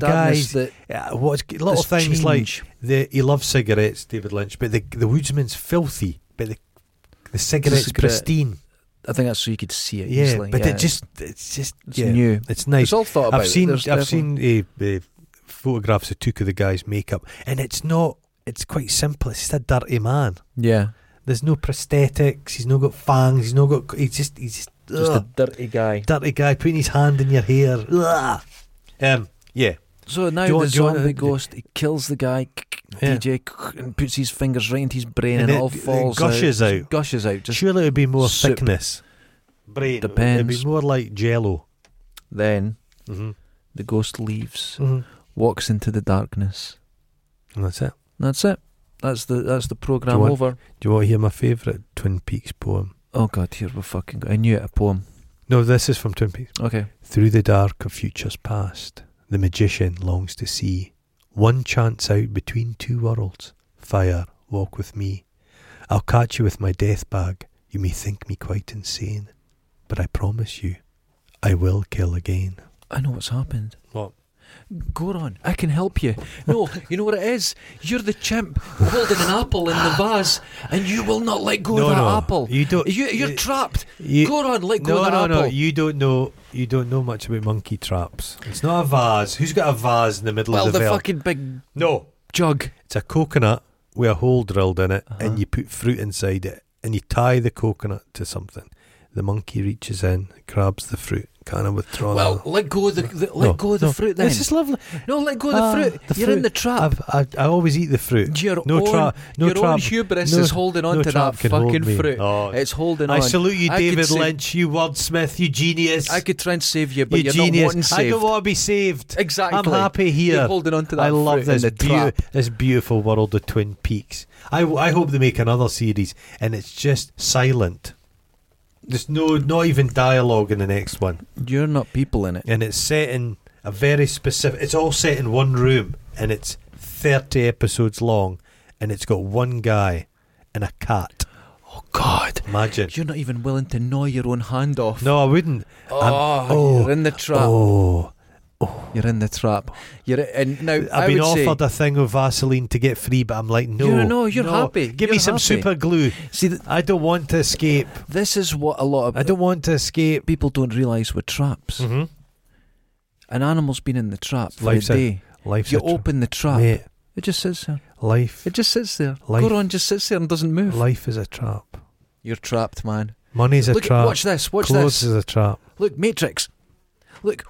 Speaker 1: darkness
Speaker 2: guys-
Speaker 1: that
Speaker 2: Yeah, what's little
Speaker 1: this
Speaker 2: things like
Speaker 1: change.
Speaker 2: the he loves cigarettes, David Lynch, but the the woodsman's filthy, but the the cigarette's
Speaker 1: cigarette,
Speaker 2: pristine.
Speaker 1: I think that's so you could see it.
Speaker 2: Yeah,
Speaker 1: easily.
Speaker 2: but
Speaker 1: yeah.
Speaker 2: it just it's just
Speaker 1: it's
Speaker 2: yeah,
Speaker 1: new.
Speaker 2: it's nice.
Speaker 1: It's all thought about.
Speaker 2: I've seen
Speaker 1: There's
Speaker 2: I've
Speaker 1: definitely-
Speaker 2: seen uh, uh, photographs they took of the guy's makeup, and it's not. It's quite simple. It's just a dirty man.
Speaker 1: Yeah,
Speaker 2: There's no prosthetics. He's not got fangs. He's not got. He's just. He's just.
Speaker 1: just
Speaker 2: ugh,
Speaker 1: a dirty guy.
Speaker 2: dirty guy putting his hand in your hair. Ugh. Um. Yeah.
Speaker 1: So now
Speaker 2: Do you
Speaker 1: the
Speaker 2: want- do you want-
Speaker 1: zombie ghost he kills the guy,
Speaker 2: Yeah.
Speaker 1: DJ, and puts his fingers right into his brain, and,
Speaker 2: And
Speaker 1: it,
Speaker 2: it-
Speaker 1: all
Speaker 2: it
Speaker 1: falls
Speaker 2: gushes
Speaker 1: out.
Speaker 2: out.
Speaker 1: Gushes out. Just
Speaker 2: Surely it would be more
Speaker 1: soup.
Speaker 2: thickness. Brain. It'd
Speaker 1: Depends.
Speaker 2: be more like jello.
Speaker 1: then
Speaker 2: Mm-hmm.
Speaker 1: the ghost leaves,
Speaker 2: Mm-hmm.
Speaker 1: walks into the darkness.
Speaker 2: That's it.
Speaker 1: And that's it. That's the that's the
Speaker 2: Do
Speaker 1: program
Speaker 2: you want-
Speaker 1: over.
Speaker 2: Do you want to hear my favourite Twin Peaks poem?
Speaker 1: Oh god, here we fucking go. I knew it. A poem.
Speaker 2: No, this is from Twin Peaks.
Speaker 1: Okay.
Speaker 2: Through the dark of futures past, the magician longs to see one chance out between two worlds. Fire, walk with me. I'll catch you with my death bag. You may think me quite insane, but I promise you, I will kill again.
Speaker 1: I know what's happened.
Speaker 2: What?
Speaker 1: Go on. I can help you. No, you know what it is? You're the chimp holding an apple in the vase, and you will not let go
Speaker 2: no,
Speaker 1: of that
Speaker 2: no,
Speaker 1: apple.
Speaker 2: you don't.
Speaker 1: You, you're
Speaker 2: you-
Speaker 1: trapped.
Speaker 2: you-
Speaker 1: Go on, let go
Speaker 2: no,
Speaker 1: of that
Speaker 2: no,
Speaker 1: apple.
Speaker 2: no. You don't know. You don't know much about monkey traps. It's not a vase. Who's got a vase in the middle
Speaker 1: well,
Speaker 2: of
Speaker 1: the
Speaker 2: the, veld?
Speaker 1: fucking big
Speaker 2: No,
Speaker 1: jug.
Speaker 2: It's a coconut with a hole drilled in it,
Speaker 1: Uh-huh.
Speaker 2: and you put fruit inside it, and you tie the coconut to something. The monkey reaches in, grabs the fruit, kind of withdraws.
Speaker 1: Well, let go of the, the
Speaker 2: No,
Speaker 1: let go of the
Speaker 2: no.
Speaker 1: fruit then.
Speaker 2: This is lovely.
Speaker 1: no, let go of the
Speaker 2: Ah,
Speaker 1: fruit.
Speaker 2: the
Speaker 1: you're in
Speaker 2: fruit.
Speaker 1: the trap.
Speaker 2: I've, I, I always eat the fruit.
Speaker 1: your
Speaker 2: No
Speaker 1: own,
Speaker 2: trap. No
Speaker 1: your own
Speaker 2: trap.
Speaker 1: hubris
Speaker 2: no-
Speaker 1: is holding on
Speaker 2: no
Speaker 1: to
Speaker 2: trap
Speaker 1: that
Speaker 2: can hold
Speaker 1: fucking
Speaker 2: me.
Speaker 1: fruit.
Speaker 2: Oh,
Speaker 1: It's holding
Speaker 2: I
Speaker 1: on.
Speaker 2: salute you,
Speaker 1: I could
Speaker 2: David
Speaker 1: say-
Speaker 2: Lynch. You wordsmith. You genius.
Speaker 1: I could try and save you, but
Speaker 2: you
Speaker 1: are not wanting
Speaker 2: genius. I
Speaker 1: saved.
Speaker 2: don't want to "Oh, be saved.
Speaker 1: exactly.
Speaker 2: I'm happy
Speaker 1: You're
Speaker 2: here.
Speaker 1: holding on to that
Speaker 2: I love
Speaker 1: fruit in
Speaker 2: this,
Speaker 1: the
Speaker 2: beau-
Speaker 1: trap.
Speaker 2: this beautiful world of Twin Peaks. I, w- I hope they make another series and it's just silent. There's no not even dialogue in the next one,
Speaker 1: You're not people in it.
Speaker 2: and it's set in a very specific. It's all set in one room, and it's thirty episodes long, and it's got one guy and a cat.
Speaker 1: Oh God!
Speaker 2: Imagine.
Speaker 1: You're not even willing to gnaw your own hand off.
Speaker 2: No, I wouldn't.
Speaker 1: oh,
Speaker 2: I'm- oh,
Speaker 1: you're in the trap.
Speaker 2: Oh,
Speaker 1: You're in the trap. You're in, and now
Speaker 2: I've
Speaker 1: I
Speaker 2: been
Speaker 1: would say-
Speaker 2: offered a thing of Vaseline to get free, but I'm like, no,
Speaker 1: You're- no, you're happy.
Speaker 2: Give me
Speaker 1: You're
Speaker 2: some
Speaker 1: happy.
Speaker 2: super glue.
Speaker 1: see, th-
Speaker 2: I don't want to escape.
Speaker 1: this is what a lot of
Speaker 2: I don't want to escape.
Speaker 1: people don't realise with traps.
Speaker 2: Mm-hmm.
Speaker 1: An animal's been in the trap for
Speaker 2: Life's
Speaker 1: a
Speaker 2: a
Speaker 1: day.
Speaker 2: Life's
Speaker 1: you
Speaker 2: a trap.
Speaker 1: open the trap,
Speaker 2: Mate,
Speaker 1: it just sits there.
Speaker 2: life,
Speaker 1: It just sits there.
Speaker 2: Life-
Speaker 1: Goron just sits there and doesn't move.
Speaker 2: life is a trap.
Speaker 1: You're trapped, man.
Speaker 2: Money's a
Speaker 1: Look,
Speaker 2: trap.
Speaker 1: watch this. Watch
Speaker 2: Clothes
Speaker 1: this.
Speaker 2: is a trap.
Speaker 1: Look, Matrix. Look,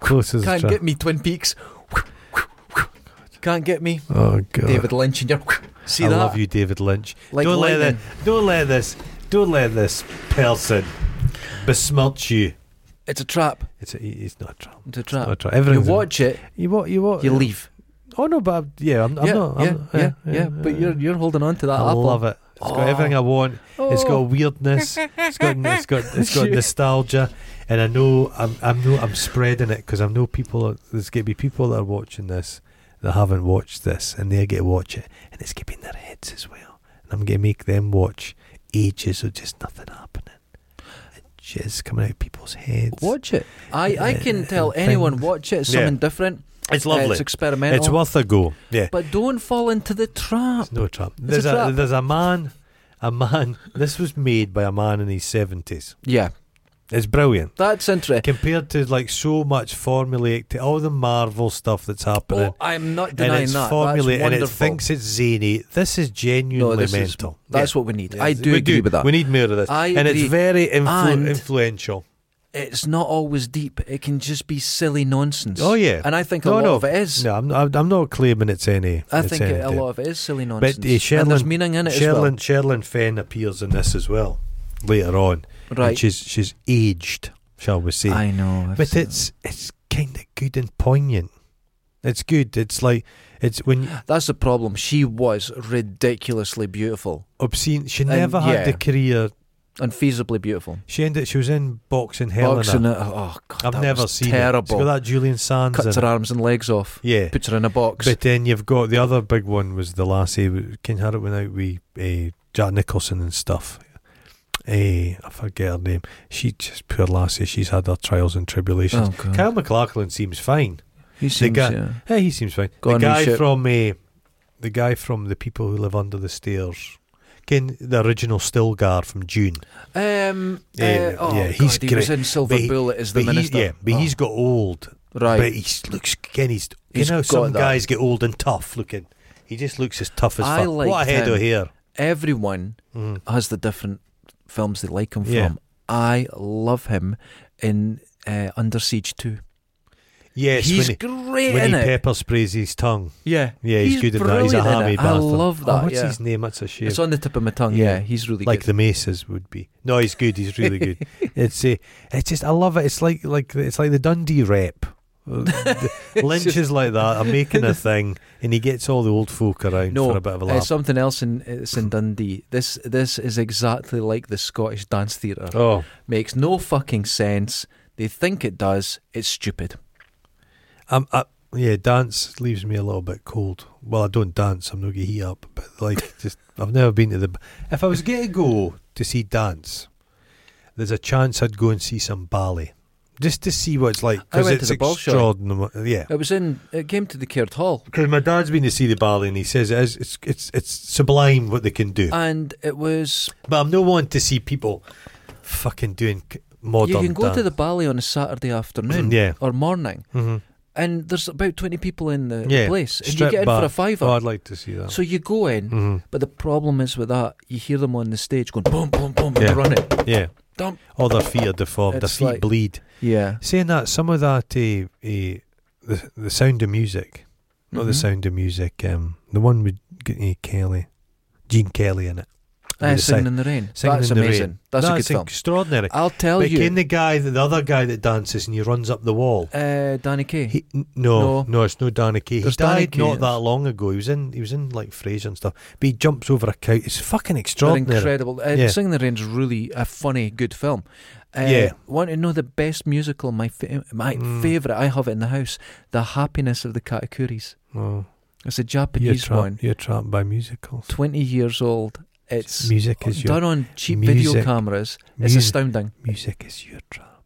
Speaker 2: Clothes is a
Speaker 1: can't
Speaker 2: trap.
Speaker 1: get me, Twin Peaks. Can't get me,
Speaker 2: oh God.
Speaker 1: David Lynch, and you see
Speaker 2: I
Speaker 1: that.
Speaker 2: love you, David Lynch.
Speaker 1: Like
Speaker 2: don't let
Speaker 1: lightning.
Speaker 2: this. Don't let this. Don't let this person besmirch you.
Speaker 1: It's a trap.
Speaker 2: It's a, it's not a trap.
Speaker 1: It's a
Speaker 2: Not a
Speaker 1: trap.
Speaker 2: trap.
Speaker 1: You
Speaker 2: Everything's a-
Speaker 1: watch it,
Speaker 2: You what? You what?
Speaker 1: you leave.
Speaker 2: Oh no, but I'm, yeah, I'm, I'm
Speaker 1: yeah,
Speaker 2: not.
Speaker 1: yeah,
Speaker 2: I'm,
Speaker 1: yeah, yeah, But you're Oh. you're holding on to that
Speaker 2: I
Speaker 1: apple.
Speaker 2: love it. It's got everything I want. It's
Speaker 1: Oh.
Speaker 2: got weirdness. It's got it's got it's got nostalgia, and I know I'm I'm no I'm spreading it because I know people. Are, there's gonna be people that are watching this that haven't watched this, and they're gonna watch it, and it's gonna be in their heads as well. And I'm gonna make them watch ages of just nothing happening. It's coming out of people's heads.
Speaker 1: Watch it. I, I can
Speaker 2: Uh,
Speaker 1: tell
Speaker 2: things.
Speaker 1: anyone watch it. It's
Speaker 2: Yeah.
Speaker 1: something different.
Speaker 2: It's
Speaker 1: Uh, it's experimental.
Speaker 2: It's worth a go. Yeah.
Speaker 1: but don't fall into the trap.
Speaker 2: It's no trap.
Speaker 1: a
Speaker 2: There's a,
Speaker 1: trap.
Speaker 2: there's a man, a man. This was made by a man in his seventies.
Speaker 1: Yeah,
Speaker 2: It's brilliant
Speaker 1: that's interesting.
Speaker 2: compared to like so much formulaic to all the Marvel stuff that's happening.
Speaker 1: Oh, I'm not
Speaker 2: and
Speaker 1: denying
Speaker 2: it's
Speaker 1: that.
Speaker 2: formulaic
Speaker 1: that's
Speaker 2: and
Speaker 1: wonderful.
Speaker 2: it thinks it's zany. This is genuinely
Speaker 1: No, this is-
Speaker 2: mental.
Speaker 1: that's
Speaker 2: Yeah.
Speaker 1: what we need.
Speaker 2: Yes,
Speaker 1: I do
Speaker 2: we
Speaker 1: agree with that.
Speaker 2: We need more of this,
Speaker 1: I
Speaker 2: and
Speaker 1: agree.
Speaker 2: it's very influ-
Speaker 1: And-
Speaker 2: influential.
Speaker 1: it's not always deep. It can just be silly nonsense.
Speaker 2: Oh yeah,
Speaker 1: and I think a
Speaker 2: No,
Speaker 1: lot
Speaker 2: no.
Speaker 1: of it is.
Speaker 2: No, I'm, I'm I'm not claiming it's any.
Speaker 1: I
Speaker 2: it's
Speaker 1: think it, a
Speaker 2: anything.
Speaker 1: lot of it is silly nonsense.
Speaker 2: But uh,
Speaker 1: and there's
Speaker 2: Sherlyn,
Speaker 1: meaning in it
Speaker 2: Sherlyn, Sherlyn Fenn appears in this as well later on.
Speaker 1: as well.
Speaker 2: And
Speaker 1: Right.
Speaker 2: she's she's aged, shall we say?
Speaker 1: I know. I've
Speaker 2: but
Speaker 1: seen
Speaker 2: it's it's kind of good and poignant. It's good. It's like it's when
Speaker 1: it. that's the problem. She was ridiculously beautiful,
Speaker 2: obscene. She
Speaker 1: And,
Speaker 2: never had the
Speaker 1: yeah.
Speaker 2: career.
Speaker 1: unfeasibly beautiful.
Speaker 2: She ended. She was in boxing Helena.
Speaker 1: Boxing it. Oh god,
Speaker 2: I've
Speaker 1: that
Speaker 2: never
Speaker 1: was
Speaker 2: seen it. She's
Speaker 1: terrible.
Speaker 2: got that Julian Sands.
Speaker 1: Cuts
Speaker 2: in
Speaker 1: her
Speaker 2: it.
Speaker 1: arms and legs off.
Speaker 2: Yeah.
Speaker 1: Puts her in a box.
Speaker 2: But then you've got the other big one was the lassie. w- Ken Harrop went out with uh, Jack Nicholson and stuff. Eh, I forget her name. She just poor lassie. She's had her trials and tribulations.
Speaker 1: oh god,
Speaker 2: Kyle McLachlan seems fine.
Speaker 1: he seems,
Speaker 2: guy-
Speaker 1: yeah.
Speaker 2: Hey, he seems fine.
Speaker 1: Go
Speaker 2: the
Speaker 1: on,
Speaker 2: guy
Speaker 1: Reship.
Speaker 2: from uh, the guy from the people who live under the stairs. Ken, the original Stilgar from June.
Speaker 1: Um,
Speaker 2: Yeah,
Speaker 1: uh, oh, God,
Speaker 2: yeah, he's
Speaker 1: he was
Speaker 2: great.
Speaker 1: in Silver
Speaker 2: But he-
Speaker 1: Bullet as the
Speaker 2: But he's,
Speaker 1: minister.
Speaker 2: yeah, but
Speaker 1: Oh,
Speaker 2: he's got old.
Speaker 1: right.
Speaker 2: But he looks again. He's,
Speaker 1: He's
Speaker 2: you know some
Speaker 1: got that.
Speaker 2: guys get old and tough looking. He just looks as tough as
Speaker 1: I
Speaker 2: fuck. What
Speaker 1: liked
Speaker 2: a head
Speaker 1: him.
Speaker 2: of hair.
Speaker 1: Everyone
Speaker 2: Mm.
Speaker 1: has the different films they like him
Speaker 2: Yeah.
Speaker 1: from. I love him in uh, Under Siege Two.
Speaker 2: Yes,
Speaker 1: he's
Speaker 2: when he,
Speaker 1: great
Speaker 2: when
Speaker 1: in
Speaker 2: he
Speaker 1: it.
Speaker 2: pepper sprays his tongue.
Speaker 1: yeah,
Speaker 2: Yeah, he's, good at that. He's a
Speaker 1: brilliant in
Speaker 2: hammy
Speaker 1: it.
Speaker 2: bastard.
Speaker 1: I love that.
Speaker 2: Oh, what's
Speaker 1: yeah.
Speaker 2: his name? That's a shame.
Speaker 1: It's on the tip of my tongue. Yeah,
Speaker 2: Yeah.
Speaker 1: he's really
Speaker 2: like
Speaker 1: good.
Speaker 2: the Maces would be. No, he's good. He's really good. it's uh, it's just I love it. It's like like it's like the Dundee rep. Uh, the- Lynch
Speaker 1: just-
Speaker 2: is like that. I'm making a thing, and he gets all the old folk around
Speaker 1: No,
Speaker 2: for a bit of a
Speaker 1: Uh,
Speaker 2: laugh.
Speaker 1: something else in it's in Dundee. This this is exactly like the Scottish dance theatre.
Speaker 2: oh,
Speaker 1: Makes no fucking sense. They think it does. It's stupid.
Speaker 2: I'm, I, yeah. Dance leaves me a little bit cold. Well, I don't dance. I'm not gonna heat up. But like, just I've never been to the. If I was gonna go to see dance, there's a chance I'd go and see some ballet, just to see what it's like.
Speaker 1: I
Speaker 2: Because
Speaker 1: went to
Speaker 2: it's
Speaker 1: the Bolshoi.
Speaker 2: extraordinary. Yeah.
Speaker 1: It was in. It came to the Caird Hall,
Speaker 2: Because my dad's been to see the ballet and he says it is, it's it's it's sublime what they can do.
Speaker 1: and it was.
Speaker 2: but I'm no one to see people fucking doing c- modern.
Speaker 1: you can go to the
Speaker 2: dance.
Speaker 1: ballet on a Saturday afternoon
Speaker 2: yeah.
Speaker 1: or morning,
Speaker 2: Mhm.
Speaker 1: and there's about twenty people in the
Speaker 2: Yeah.
Speaker 1: place, and
Speaker 2: Strip
Speaker 1: you get in
Speaker 2: bar.
Speaker 1: for a fiver.
Speaker 2: Oh, I'd like to see that.
Speaker 1: so you go in,
Speaker 2: Mhm.
Speaker 1: but the problem is with that, you hear them on the stage going boom, boom, boom,
Speaker 2: Yeah.
Speaker 1: running.
Speaker 2: Yeah.
Speaker 1: Dump.
Speaker 2: All their feet are deformed.
Speaker 1: It's
Speaker 2: their feet
Speaker 1: like-
Speaker 2: bleed.
Speaker 1: Yeah.
Speaker 2: Saying that, some of that, eh, eh, the the sound of music, not the
Speaker 1: Mhm.
Speaker 2: sound of music. Um, the one with eh, Kelly, Gene Kelly in it.
Speaker 1: Aye,
Speaker 2: With the
Speaker 1: singing
Speaker 2: sound.
Speaker 1: in the rain.
Speaker 2: Singing
Speaker 1: That's
Speaker 2: in the Rain.
Speaker 1: amazing. That's, a good film.
Speaker 2: extraordinary.
Speaker 1: I'll tell
Speaker 2: But
Speaker 1: you,
Speaker 2: can the guy, the other guy that dances and he runs up the wall?
Speaker 1: uh, Danny Kaye.
Speaker 2: He, n- no, no,
Speaker 1: No.
Speaker 2: it's no Danny Kaye. He
Speaker 1: There's Danny
Speaker 2: died
Speaker 1: Kaye,
Speaker 2: not
Speaker 1: yes.
Speaker 2: that long ago. He was in, he was in like Fraser and stuff. But he jumps over a couch. It's fucking
Speaker 1: They're
Speaker 2: extraordinary.
Speaker 1: incredible. Uh,
Speaker 2: Yeah.
Speaker 1: Singing in the Rain's really a funny, good film. Uh,
Speaker 2: Yeah.
Speaker 1: Want to know the best musical? My fa- my
Speaker 2: Mm.
Speaker 1: favorite. I have it in the house. The Happiness of the Katakuris.
Speaker 2: Oh,
Speaker 1: It's a
Speaker 2: you're,
Speaker 1: Japanese
Speaker 2: trapped,
Speaker 1: one.
Speaker 2: you're trapped by musicals.
Speaker 1: Twenty years old. It's
Speaker 2: music is your
Speaker 1: done on cheap
Speaker 2: music.
Speaker 1: video cameras. It's
Speaker 2: music,
Speaker 1: astounding.
Speaker 2: music is your trap.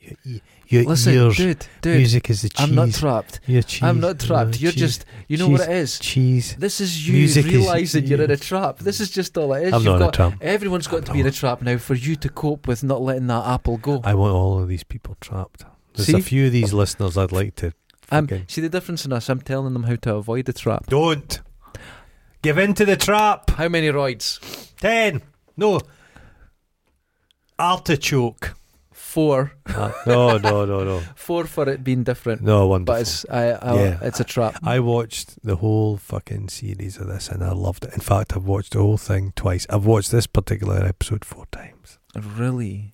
Speaker 2: Your, e- your
Speaker 1: Listen,
Speaker 2: ears.
Speaker 1: dude, dude.
Speaker 2: music is the cheese.
Speaker 1: I'm not trapped.
Speaker 2: Your cheese.
Speaker 1: I'm not trapped.
Speaker 2: Oh,
Speaker 1: You're
Speaker 2: cheese.
Speaker 1: just. You know
Speaker 2: cheese.
Speaker 1: what it is.
Speaker 2: cheese.
Speaker 1: This is you
Speaker 2: Music is-
Speaker 1: realizing you're in a trap. This is just all it is.
Speaker 2: I'm
Speaker 1: You've
Speaker 2: not in a
Speaker 1: got
Speaker 2: trap.
Speaker 1: Everyone's got
Speaker 2: I'm
Speaker 1: to be in a
Speaker 2: not.
Speaker 1: trap now for you to cope with not letting that apple go.
Speaker 2: I want all of these people trapped. There's a
Speaker 1: See?
Speaker 2: few of these listeners I'd like to.
Speaker 1: I'm,
Speaker 2: fucking-
Speaker 1: Um, See the difference in us? I'm telling them how to avoid the trap.
Speaker 2: Don't give in to the trap.
Speaker 1: How many roids?
Speaker 2: Ten. No. Artichoke.
Speaker 1: Four.
Speaker 2: Ah, no, no, no, no,
Speaker 1: Four for it being different.
Speaker 2: no. Wonderful.
Speaker 1: but it's I, I,
Speaker 2: Yeah.
Speaker 1: it's a trap.
Speaker 2: I watched the whole fucking series of this and I loved it. In fact, I've watched the whole thing twice. I've watched this particular episode four times.
Speaker 1: really?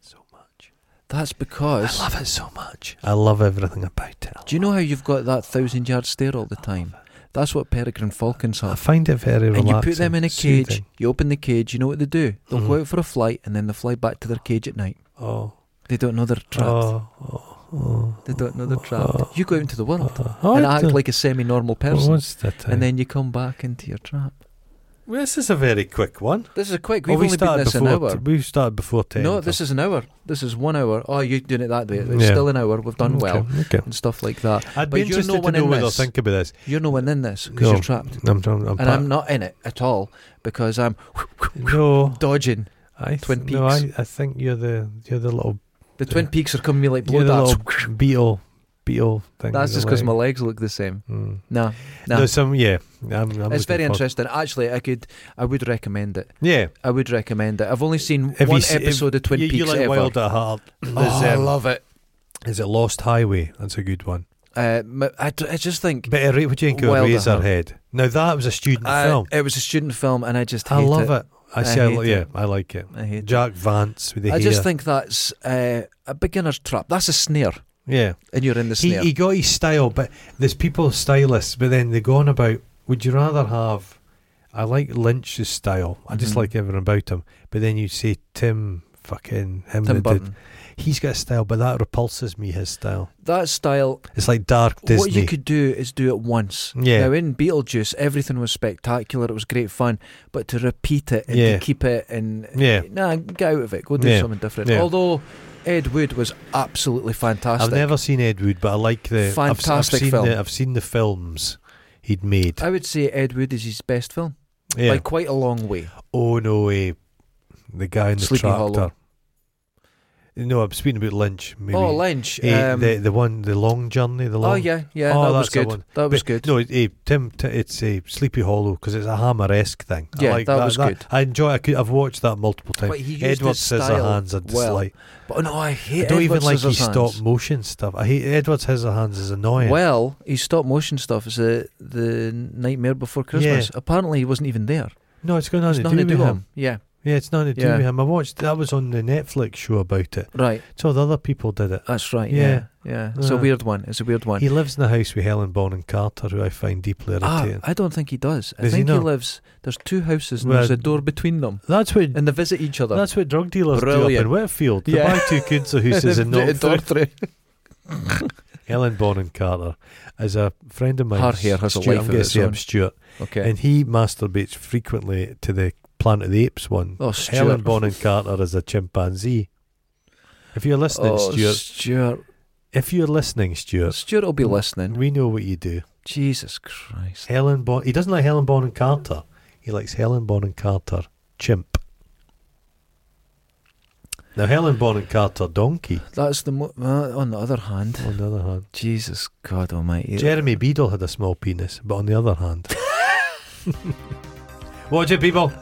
Speaker 2: So much.
Speaker 1: That's
Speaker 2: I
Speaker 1: because.
Speaker 2: love it so much. I love everything about it.
Speaker 1: Do you know how you've got that thousand yard stare all the time? That's what peregrine falcons
Speaker 2: I
Speaker 1: have.
Speaker 2: find it very
Speaker 1: And you
Speaker 2: relaxing.
Speaker 1: put them in a
Speaker 2: soothing.
Speaker 1: cage, you open the cage, you know what they do? They'll
Speaker 2: Mhm.
Speaker 1: go out for a flight and then they'll fly back to their cage at night.
Speaker 2: Oh,
Speaker 1: They don't know they're trapped.
Speaker 2: oh, oh, oh.
Speaker 1: They don't know they're trapped.
Speaker 2: oh,
Speaker 1: you go out into the world
Speaker 2: oh, oh,
Speaker 1: and
Speaker 2: I
Speaker 1: act
Speaker 2: don't-
Speaker 1: like a semi normal
Speaker 2: What
Speaker 1: person.
Speaker 2: was that
Speaker 1: And then you come back into your trap.
Speaker 2: Well, this is a very quick one.
Speaker 1: This is quick.
Speaker 2: Well,
Speaker 1: We've
Speaker 2: we
Speaker 1: only been
Speaker 2: started
Speaker 1: this
Speaker 2: before.
Speaker 1: an hour.
Speaker 2: t- we started before ten.
Speaker 1: No, this is an hour. This is one hour. Oh, you're doing it that way. It's
Speaker 2: Yeah.
Speaker 1: still an hour. We've done
Speaker 2: okay,
Speaker 1: well
Speaker 2: Okay.
Speaker 1: and stuff like that.
Speaker 2: I'd
Speaker 1: But
Speaker 2: be
Speaker 1: you're
Speaker 2: interested
Speaker 1: no
Speaker 2: to
Speaker 1: one
Speaker 2: know
Speaker 1: in
Speaker 2: what they'll
Speaker 1: this.
Speaker 2: think about this.
Speaker 1: You're no one in this because
Speaker 2: No.
Speaker 1: you're trapped.
Speaker 2: I'm, I'm, I'm
Speaker 1: And I'm not in it at all because I'm
Speaker 2: No,
Speaker 1: dodging.
Speaker 2: I th-
Speaker 1: Twin
Speaker 2: No, I,
Speaker 1: Peaks.
Speaker 2: I think you're the you're the little
Speaker 1: The Twin Peaks are coming me like blow
Speaker 2: you're the
Speaker 1: darts.
Speaker 2: little beetle beetle thing.
Speaker 1: That's
Speaker 2: in the
Speaker 1: just because my
Speaker 2: leg.
Speaker 1: legs look the same.
Speaker 2: Mm.
Speaker 1: No,
Speaker 2: No.
Speaker 1: no.
Speaker 2: some yeah. I'm, I'm
Speaker 1: it's
Speaker 2: looking
Speaker 1: very
Speaker 2: forward-
Speaker 1: interesting. Actually, I could, I would recommend it.
Speaker 2: Yeah,
Speaker 1: I would recommend it. I've only seen
Speaker 2: Have you
Speaker 1: one
Speaker 2: se- if-
Speaker 1: episode of Twin
Speaker 2: you,
Speaker 1: Peaks
Speaker 2: you like
Speaker 1: ever.
Speaker 2: Wild at Heart. There's,
Speaker 1: Oh, I
Speaker 2: um,
Speaker 1: love it.
Speaker 2: Is it Lost Highway? That's a good one.
Speaker 1: Uh, m- I, d- I just think
Speaker 2: But uh, would you think of
Speaker 1: Wild at
Speaker 2: Razorhead? Now that was a student
Speaker 1: I-
Speaker 2: film.
Speaker 1: it was a student film, and I just
Speaker 2: I
Speaker 1: hate
Speaker 2: love it. I
Speaker 1: I
Speaker 2: see. I,
Speaker 1: hate
Speaker 2: li- yeah,
Speaker 1: it.
Speaker 2: I like it.
Speaker 1: I hate.
Speaker 2: Jack Vance with the
Speaker 1: I
Speaker 2: hair.
Speaker 1: just think that's uh, a beginner's trap. That's a snare,
Speaker 2: yeah.
Speaker 1: and you're in the
Speaker 2: he,
Speaker 1: snare.
Speaker 2: he got his style, but there's people stylists, but then they go on about would you rather have? I like Lynch's style. I just
Speaker 1: Mhm.
Speaker 2: like everything about him. But then you say Tim fucking
Speaker 1: Tim
Speaker 2: him. that did-
Speaker 1: Burton.
Speaker 2: he's got a style, but that repulses me. His style.
Speaker 1: That style.
Speaker 2: It's like dark Disney.
Speaker 1: What you could do is do it once.
Speaker 2: Yeah.
Speaker 1: Now in Beetlejuice, everything was spectacular. It was great fun, but to repeat it and
Speaker 2: Yeah.
Speaker 1: to keep it and
Speaker 2: yeah,
Speaker 1: Nah, get out of it. Go do
Speaker 2: Yeah.
Speaker 1: something different.
Speaker 2: Yeah.
Speaker 1: Although Ed Wood was absolutely fantastic.
Speaker 2: I've never seen Ed Wood, but I like the I've- I've,
Speaker 1: Fantastic
Speaker 2: seen
Speaker 1: film.
Speaker 2: The, I've seen the films he'd made.
Speaker 1: I would say Ed Wood is his best film
Speaker 2: yeah.
Speaker 1: by quite a long way.
Speaker 2: Oh no way! The guy in the
Speaker 1: Sleepy
Speaker 2: tractor.
Speaker 1: Hollow.
Speaker 2: No, I'm speaking about Lynch. Maybe.
Speaker 1: Oh, Lynch.
Speaker 2: Eh,
Speaker 1: um,
Speaker 2: the the one the long journey. The long.
Speaker 1: oh yeah, yeah.
Speaker 2: Oh,
Speaker 1: that was
Speaker 2: that's the
Speaker 1: good.
Speaker 2: one.
Speaker 1: That was
Speaker 2: But-
Speaker 1: good.
Speaker 2: No, it, eh, Tim, t- it's a Sleepy Hollow because it's a Hammer-esque thing. I
Speaker 1: Yeah,
Speaker 2: like
Speaker 1: that was good.
Speaker 2: I enjoy. I could, I've watched that multiple
Speaker 1: But
Speaker 2: times.
Speaker 1: he used
Speaker 2: Edward
Speaker 1: his style
Speaker 2: Scissorhands, I
Speaker 1: well.
Speaker 2: dislike.
Speaker 1: But no, I hate.
Speaker 2: I don't even
Speaker 1: Edward
Speaker 2: like his
Speaker 1: Scissorhands.
Speaker 2: stop motion stuff. I hate Edward Scissorhands is annoying.
Speaker 1: Well, his stop motion stuff is the the Nightmare Before Christmas. Apparently, he wasn't even there.
Speaker 2: no, it's got nothing,
Speaker 1: It's nothing to do
Speaker 2: with
Speaker 1: with
Speaker 2: him.
Speaker 1: him. Yeah,
Speaker 2: Yeah, it's nothing to do
Speaker 1: Yeah.
Speaker 2: with him. I watched that was on the Netflix show about it.
Speaker 1: right.
Speaker 2: So the other people did it.
Speaker 1: That's right.
Speaker 2: Yeah.
Speaker 1: Yeah, yeah. It's a
Speaker 2: Uh,
Speaker 1: weird one. It's a weird one.
Speaker 2: He lives in the house with Helen Bonham Carter, who I find deeply
Speaker 1: Ah,
Speaker 2: irritating.
Speaker 1: I don't think he does. I
Speaker 2: Does he
Speaker 1: think
Speaker 2: not?
Speaker 1: lives. There's two houses and
Speaker 2: Well,
Speaker 1: there's a door between them,
Speaker 2: that's what
Speaker 1: and they visit each other.
Speaker 2: that's what drug dealers do up
Speaker 1: Brilliant.
Speaker 2: in Whitfield. They
Speaker 1: Yeah.
Speaker 2: buy two kids houses and not
Speaker 1: door through.
Speaker 2: Helen Bonham Carter is a friend of mine.
Speaker 1: Her hair has a
Speaker 2: Stuart,
Speaker 1: life
Speaker 2: I'm
Speaker 1: of
Speaker 2: gonna
Speaker 1: its
Speaker 2: say I'm
Speaker 1: own.
Speaker 2: Stuart,
Speaker 1: Okay.
Speaker 2: and he masturbates frequently to the Planet of the Apes one.
Speaker 1: oh, Stuart.
Speaker 2: Helen Bonham Carter is a chimpanzee. If you're listening,
Speaker 1: oh,
Speaker 2: Stuart,
Speaker 1: Stuart.
Speaker 2: if you're listening, Stuart,
Speaker 1: Stuart will be listening.
Speaker 2: we know what you do.
Speaker 1: Jesus Christ.
Speaker 2: Helen Bon. He doesn't like Helen Bonham Carter. He likes Helen Bonham Carter. Chimp. Now Helen Bonham Carter, donkey.
Speaker 1: That's the. Mo- uh, on the other hand,
Speaker 2: On the other hand,
Speaker 1: Jesus God Almighty.
Speaker 2: Jeremy Beadle had a small penis, but on the other hand, watch it, people.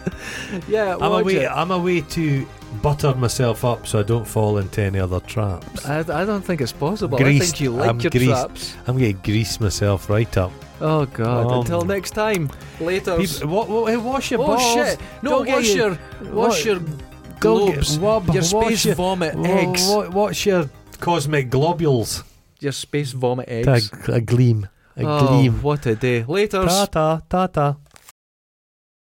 Speaker 1: yeah,
Speaker 2: I'm
Speaker 1: watch
Speaker 2: away.
Speaker 1: it.
Speaker 2: I'm away to butter myself up so I don't fall into any other traps.
Speaker 1: I, I don't think it's possible. I
Speaker 2: Greased.
Speaker 1: think you like
Speaker 2: I'm
Speaker 1: your
Speaker 2: greased.
Speaker 1: traps.
Speaker 2: I'm going to grease myself right up.
Speaker 1: Oh God!
Speaker 2: Um,
Speaker 1: Until next time. Later.
Speaker 2: People, what, what, hey, wash your
Speaker 1: oh
Speaker 2: balls.
Speaker 1: shit! No,
Speaker 2: Don't get
Speaker 1: wash your,
Speaker 2: what-
Speaker 1: wash your
Speaker 2: Don't get-
Speaker 1: globes.
Speaker 2: wa-
Speaker 1: your
Speaker 2: wash
Speaker 1: space
Speaker 2: your-
Speaker 1: vomit
Speaker 2: Wha-
Speaker 1: eggs.
Speaker 2: wha- what's your cosmic globules?
Speaker 1: Your space vomit eggs.
Speaker 2: A, a gleam. A
Speaker 1: oh,
Speaker 2: gleam.
Speaker 1: what a day. Later.
Speaker 2: Ta ta ta ta.